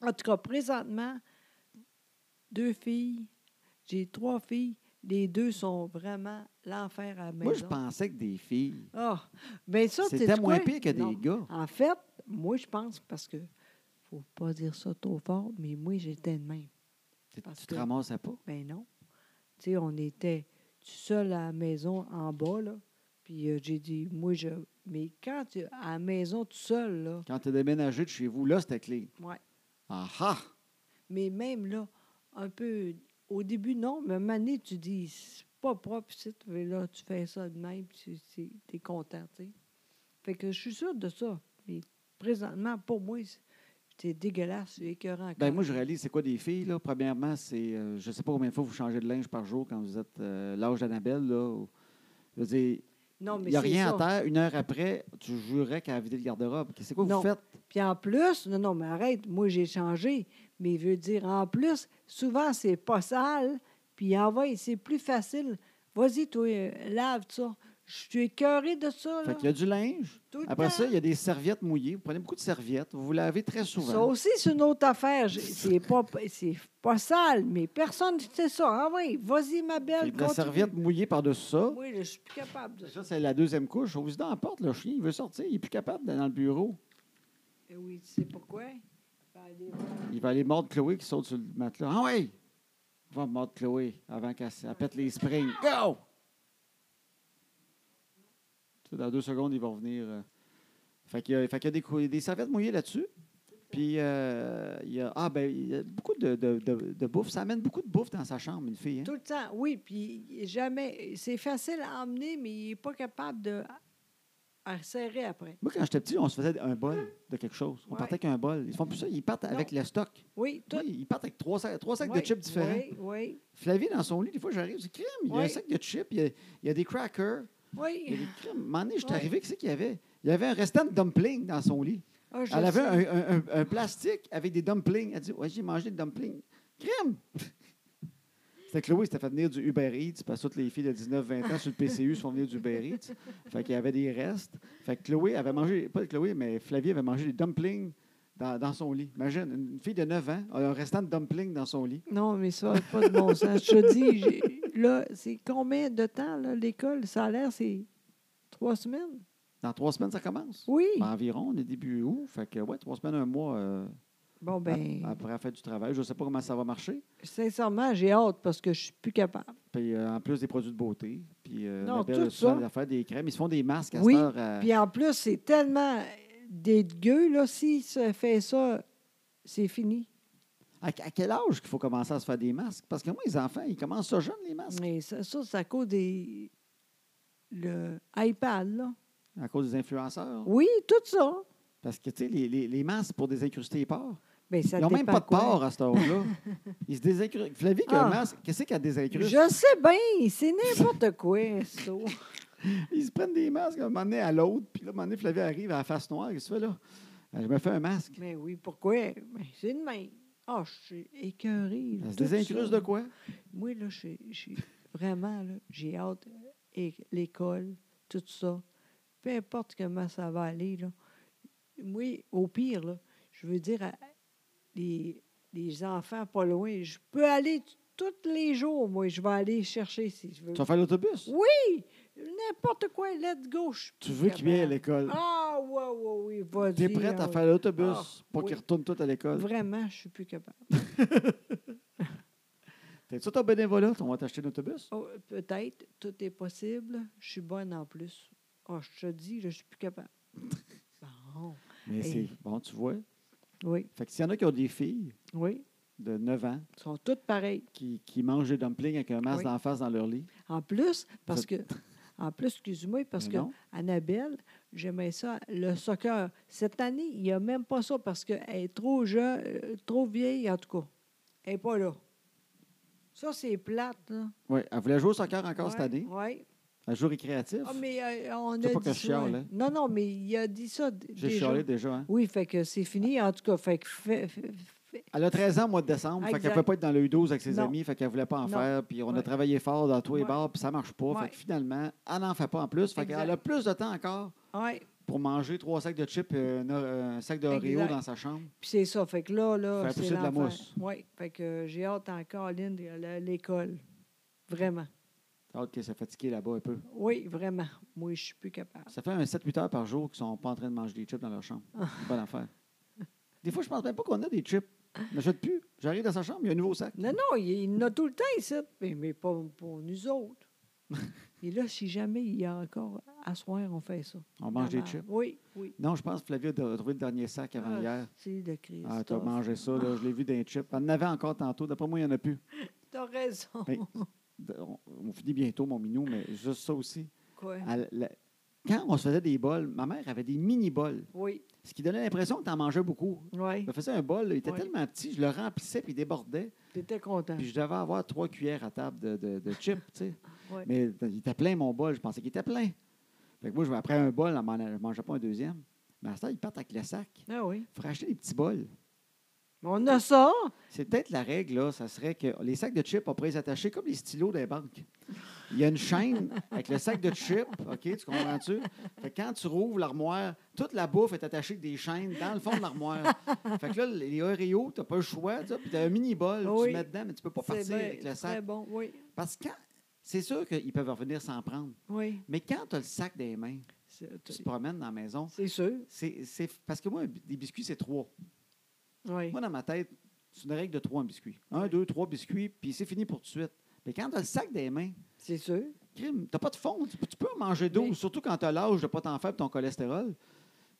En tout cas, présentement, deux filles. J'ai trois filles. Les deux sont vraiment l'enfer à la maison.
Moi, je pensais que des filles,
Ah, ben ça, tu sais
c'était moins
quoi?
pire que des
Non.
gars.
En fait, moi, je pense, parce que faut pas dire ça trop fort, mais moi, j'étais de même.
Tu
Parce
tu te
que-
ramassais pas.
Ben non. Tu sais, on était tout seul à la maison en bas, là. Puis euh, j'ai dit, moi, je. Mais quand tu à la maison tout seul, là.
Quand tu as déménagé de chez vous, là, c'était clean.
Ouais.
Ah ah!
Mais même là, un peu. Au début, non, mais à un moment donné, tu dis, c'est pas propre, ici, mais là, tu fais ça de même, puis tu- tu es content, tu sais. Fait que je suis sûre de ça. Mais présentement, pour moi, c'est- c'est dégueulasse, c'est écœurant.
Ben,
encore.
moi, je réalise c'est quoi des filles. Là. Premièrement, c'est euh, je sais pas combien de fois vous changez de linge par jour quand vous êtes euh, l'âge d'Annabelle. Là, ou- je veux dire,
Non, mais
Il n'y a
c'est
rien
ça.
à terre. Une heure après, tu jurais qu'elle a vidé le garde-robe. C'est quoi que
Non.
vous faites?
Puis en plus, non, non, mais arrête, moi j'ai changé, mais veut dire en plus, souvent c'est pas sale, puis envoie, c'est plus facile. Vas-y, toi, euh, lave ça. Je suis écœurée de ça, là.
Fait qu'il y a du linge.
Tout le
Après
temps.
ça, il y a des serviettes mouillées. Vous prenez beaucoup de serviettes. Vous vous lavez très
Ça
souvent.
aussi, c'est une autre affaire. J'ai- C'est pas, c'est pas sale, mais personne ne sait ça. Ah oui, vas-y, ma
Fait
belle.
que de la
continue.
serviette mouillée par-dessus ça.
Oui, je suis plus capable de ça.
Ça, c'est la deuxième couche. On vous dit dans la porte, le chien, il veut sortir. Il n'est plus capable d'aller dans le bureau.
Eh oui, tu sais pourquoi? Ben, allez, voilà.
Il va aller mordre Chloé qui saute sur le matelas. Ah oui! Va mordre Chloé avant qu'elle s- elle pète les springs. Go! Tu sais, dans deux secondes, il va revenir. euh. Fait qu'il y a, fait qu'il y a des, cou- des serviettes mouillées là-dessus. Puis, euh, il y a, ah, ben, il y a beaucoup de, de- de- de bouffe. Ça amène beaucoup de bouffe dans sa chambre, une fille. hein?
Tout le temps, oui, puis jamais. C'est facile à emmener, mais il n'est pas capable de à serrer après.
Moi, quand j'étais petit, on se faisait un bol de quelque chose. On
Ouais.
partait avec un bol. Ils font plus ça. Ils partent avec le stock.
Oui, tout.
Oui, ils partent avec trois sacs, trois sacs
oui,
de chips différents.
Oui, oui,
Flavie, dans son lit, des fois, j'arrive, je dis crème, il y a un
Oui.
sac de chips, il y a, il y a des crackers, il y a
oui.
des crèmes. Un moment donné, je suis
Oui.
arrivé, qu'est-ce qu'il y avait? Il y avait un restant de dumplings dans son lit.
Ah, je
Elle avait
sais.
un, un- un- un plastique avec des dumplings. Elle dit Ouais, j'ai mangé des dumplings. Crème! C'était Chloé, c'était fait venir du Uber Eats, parce que toutes les filles de 19-20 ans sur le PCU se font venir du Uber Eats. Fait qu'il y avait des restes. Fait que Chloé avait mangé, pas Chloé, mais Flavie avait mangé des dumplings dans, dans son lit. Imagine, une fille de 9 ans a un restant de dumplings dans son lit.
Non, mais ça n'a pas de bon sens. Je te dis, j'ai- là, c'est combien de temps, là, l'école? Ça a l'air, c'est trois semaines?
Dans trois semaines, ça commence.
Oui.
Ben, environ, on est début août. Fait que, ouais, trois semaines, un mois euh,
Bon, ben,
ap- après la fête du travail. Je ne sais pas comment ça va marcher.
sincèrement, j'ai hâte parce que je suis plus capable.
Puis, euh, en plus des produits de beauté. Puis, euh,
Non,
la belle
tout
souvent
ça.
des affaires, des crèmes. Ils se font des masques à
Oui,
cette heure. euh,
Puis en plus, c'est tellement dégueu, là, si ça fait ça, c'est fini.
à, à quel âge qu'il faut commencer à se faire des masques? Parce que moi, les enfants, ils commencent ça jeune, les masques.
Mais ça, ça c'est à cause des... le iPad, là.
À cause des influenceurs.
Oui, tout ça.
Parce que, tu sais, les, les- les masques pour désincruster les pores.
Ben, ça
Ils n'ont même
dépend
pas de
quoi.
pores à cette heure-là. ils se désincrustent. Flavie, qui a un
Ah.
masque, qu'est-ce qu'elle désincruste?
Je sais bien, c'est n'importe quoi, ça.
Ils se prennent des masques, à un moment donné à l'autre. Puis là, à un moment donné, Flavie arrive à la face noire. Qu'est-ce que tu fais là? Elle, Je me fais un masque.
Mais oui, pourquoi? Ben, c'est de même. Ah, je suis écœurée. là,
Elle se
tout
désincruste de
ça.
quoi?
Moi, là, je suis- je suis vraiment, là, j'ai hâte. euh, é- L'école, tout ça. Peu importe comment ça va aller, là. Moi, au pire, là, je veux dire, à- les, les enfants pas loin, je peux aller t- tous les jours, moi, je vais aller chercher si je veux.
Tu vas faire l'autobus?
Oui! N'importe quoi, let's go. je suis
Tu
plus
veux qu'il vienne à
capable.
l'école.
Ah, ouais, ouais, oui, vas-y.
Tu es prête
ah,
à
ouais.
faire l'autobus
Ah,
pour
oui.
qu'ils retournent tout à l'école.
Vraiment, je suis plus capable.
T'es-tu ton bénévolat? On va t'acheter un autobus?
Oh, Peut-être, tout est possible. Je suis bonne en plus. Ah, je te dis, là, je suis plus capable. Bon.
Mais
Hey.
c'est bon, tu vois.
Oui,
Fait que s'il y en a qui ont des filles
oui.
de 9 ans
Ils sont toutes pareils.
qui, qui mangent des dumplings avec un masque
Oui.
d'en face dans leur lit,
En plus, parce
Ça-
que. En plus, excuse-moi, parce
Mais
que
non.
Annabelle, j'aimais ça, le soccer. Cette année, il n'y a même pas ça parce qu'elle est trop jeune, euh, trop vieille, en tout cas. Elle n'est pas là. Ça, c'est plate, là.
ouais, elle voulait jouer au soccer encore cette
Ouais,
année,
ouais.
un jour récréatif.
Ah, mais euh, on
C'est
a
pas
dit
que je
ça,
chiale,
hein.
hein.
Non, non, mais il a dit ça d-
J'ai
déjà.
chialé déjà. Hein?
Oui, fait que c'est fini. En tout cas, fait que fait- fait- fait-
Elle a 13 ans au mois de décembre, fait qu'elle ne
Exact.
peut pas être dans le U12 avec ses
Non.
amis, fait qu'elle ne voulait pas en
Non.
faire. Puis on a
Ouais.
travaillé fort dans tous les
Ouais.
bars, puis ça ne marche pas. Fait
Ouais.
que finalement, elle n'en fait pas en plus. Fait
Exact.
qu'elle a plus de temps encore
ouais,
pour manger trois sacs de chips et un, un sac de Oreo
Exact.
dans sa chambre.
puis c'est ça. Fait que là, là,
Faire
c'est
pousser de la
l'enfer.
mousse.
Oui, fait que euh, j'ai hâte encore, Lynn, à l'école. Vraiment.
J'ai hâte qu'elle s'est fatiguée là-bas un peu.
Oui, vraiment. Moi, je suis plus capable.
Ça fait un 7-8 heures par jour qu'ils ne sont pas en train de manger des chips dans leur chambre.
Ah.
C'est Bonne affaire. Des fois, je ne pense même pas qu'on a des chips. Je n'achète plus. J'arrive dans sa chambre, il y a un nouveau sac.
Non, non, il, il en a tout le temps ici, mais, mais pas pour nous autres. Et là, si jamais il y a encore à soir, on fait ça.
On mange des
Vraiment.
chips.
Oui, oui.
Non, je pense que Flavia a trouvé le dernier sac avant
Ah, ben. Ah,
hier.
C'est de Christ.
Ah, tu as
t'as-
mangé ça, là, je l'ai vu d'un chip. Elle en avait encore tantôt. D'après moi, il n'y en a plus.
T'as raison.
Ben, d- on, on finit bientôt, mon minou, mais juste ça aussi.
Quoi?
Elle- la- quand on se faisait des bols, ma mère avait des mini-bols,
Oui,
ce qui donnait l'impression que tu en mangeais beaucoup.
oui.
Je me faisais un bol, là, il était
Ouais. Ah.
tellement petit, je le remplissais puis il débordait.
T'étais content.
Puis je devais avoir trois cuillères à table de, de, de chips, tu sais.
Ouais.
Mais t- il était plein, mon bol. Je pensais qu'il était plein. Fait que moi, je- après un bol, je ne mangeais pas un deuxième. Mais à ce temps, ils partent avec le sac.
Ah oui.
Il faut racheter des petits bols.
Mais On a ça.
C'est peut-être la règle, là. Ça serait que les sacs de chips, on pourrait les attacher comme les stylos des banques. Il y a une chaîne avec le sac de chips, OK, tu comprends-tu? Fait que quand tu rouvres l'armoire, toute la bouffe est attachée avec des chaînes dans le fond de l'armoire. Fait que là, les Oreos, t'as pas le choix, tu sais, puis t'as un mini-bol que
Oui.
tu mets dedans, mais tu peux pas
C'est
partir
bien,
avec le
Très
sac.
bon, oui.
Parce que quand- c'est sûr qu'ils peuvent revenir s'en prendre,
Oui.
mais quand tu as le sac des mains,
C'est euh,
tu te promènes dans la maison,
c'est sûr.
c'est c'est- parce que moi, un bi- des biscuits, c'est trois.
Oui.
Moi, dans ma tête, c'est une règle de trois biscuits. Un, deux, trois biscuits, puis c'est fini pour tout de suite. Mais quand tu as le sac des mains,
C'est sûr.
crime, t'as pas de fond. Tu peux- tu peux en manger 12,
Mais-
surtout quand tu as l'âge de pas t'en faire pour ton cholestérol.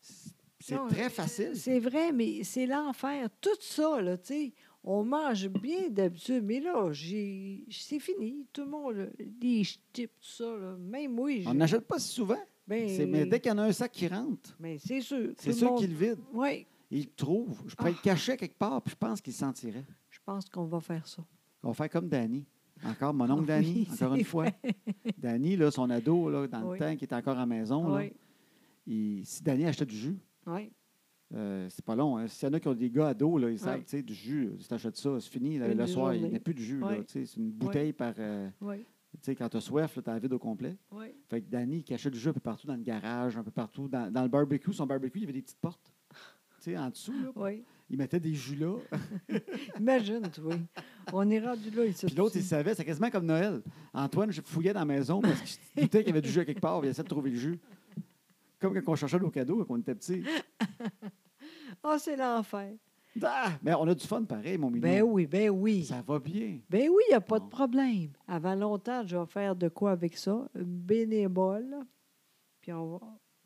C'est- C'est
Non, euh,
très facile.
C'est vrai, mais c'est l'enfer. Tout ça, là, tu sais, on mange bien d'habitude, mais là, j'ai, c'est fini. Tout le monde, là, les chips, tout ça, là, même moi, j'ai-
On n'achète pas si souvent.
Ben,
C'est- mais dès qu'il y en a un sac qui rentre,
mais c'est sûr.
c'est sûr qu'il le vide.
Oui,
Il le trouve. Je
Ah.
pourrais le cacher quelque part, puis je pense qu'il le sentirait.
je pense qu'on va faire ça.
On va faire comme Danny. Encore mon oncle
Ah Oui,
Danny, encore
c'est
une fois. Danny, là, son ado, là, dans
Oui.
le temps, qui était encore à la maison, là,
Oui,
il- si Danny achetait du jus,
oui.
euh, c'est pas long. hein. S'il y en a qui ont des gars ados, là, ils savent,
Oui.
tu sais, du jus, si t'achètes ça, c'est fini. là,
Une
le soir, il
journée.
n'y a plus de jus. là,
Oui.
tu sais, c'est une bouteille par. euh,
Oui,
tu sais, quand t'as soif, là, t'as vide au complet.
oui.
Fait que Danny, il cachait du jus un peu partout dans le garage, un peu partout. Dans, dans le barbecue, son barbecue, il y avait des petites portes. Tu sais, en dessous, là,
Oui.
il mettait des jus là.
Imagine, oui. On est rendu là, ici.
Puis l'autre, il savait, c'est quasiment comme Noël. Antoine, je fouillais dans la maison parce qu'il se doutait qu'il y avait du jus à quelque part, il essayait de trouver le jus. Comme quand on cherchait nos cadeaux quand on était petits.
Ah, c'est l'enfer.
Ah! Mais on a du fun pareil, mon minou.
Ben oui, ben oui.
Ça va bien.
Ben oui, il n'y a pas de
Bon.
problème. Avant longtemps, je vais faire de quoi avec ça? Une Bénévole. là. Puis on va,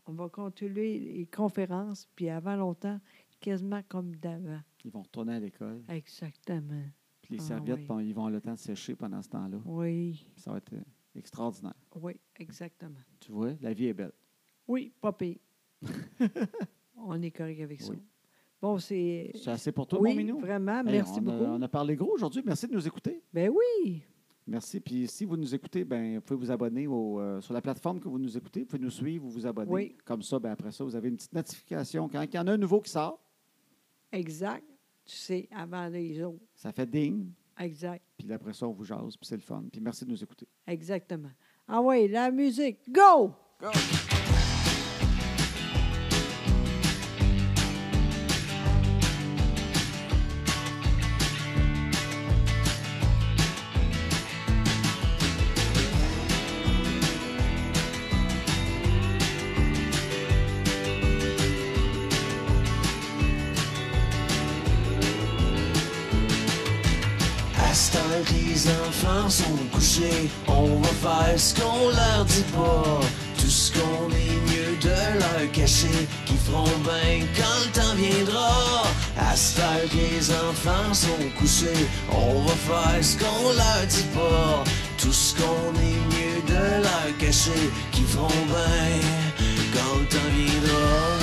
on va continuer les conférences. Puis avant longtemps, quasiment comme d'avant.
Ils vont retourner à l'école.
Exactement.
Puis les
Ah,
serviettes,
oui.
bon, ils vont le temps de sécher pendant ce temps-là.
Oui,
Ça va être euh, extraordinaire.
oui, exactement.
Tu vois, la vie est belle.
Oui, pas pire. on est correct avec ça.
Oui.
Bon, c'est.
C'est assez pour toi,
Euh, oui,
mon minou?
vraiment.
Hey,
merci
on a-
beaucoup.
on a parlé gros aujourd'hui. Merci de nous écouter.
Ben oui.
Merci. Puis si vous nous écoutez, ben, vous pouvez vous abonner au, euh, sur la plateforme que vous nous écoutez. Vous pouvez nous suivre ou vous abonner.
Oui.
Comme ça, ben, après ça, vous avez une petite notification. Quand il y en a un nouveau qui sort,
Exact. Tu sais, avant les autres.
ça fait ding.
Exact.
Puis après ça, on vous jase. Puis c'est le fun. Puis merci de nous écouter.
Exactement. Ah oui, la musique. Go!
À ce temps que les enfants sont couchés, on va faire ce qu'on leur dit pas. Tout ce qu'on est mieux de leur cacher, qui feront bien quand le temps viendra. À ce temps que les enfants sont couchés, on va faire ce qu'on leur dit pas. Tout ce qu'on est mieux de leur cacher, qui feront bien quand le temps viendra.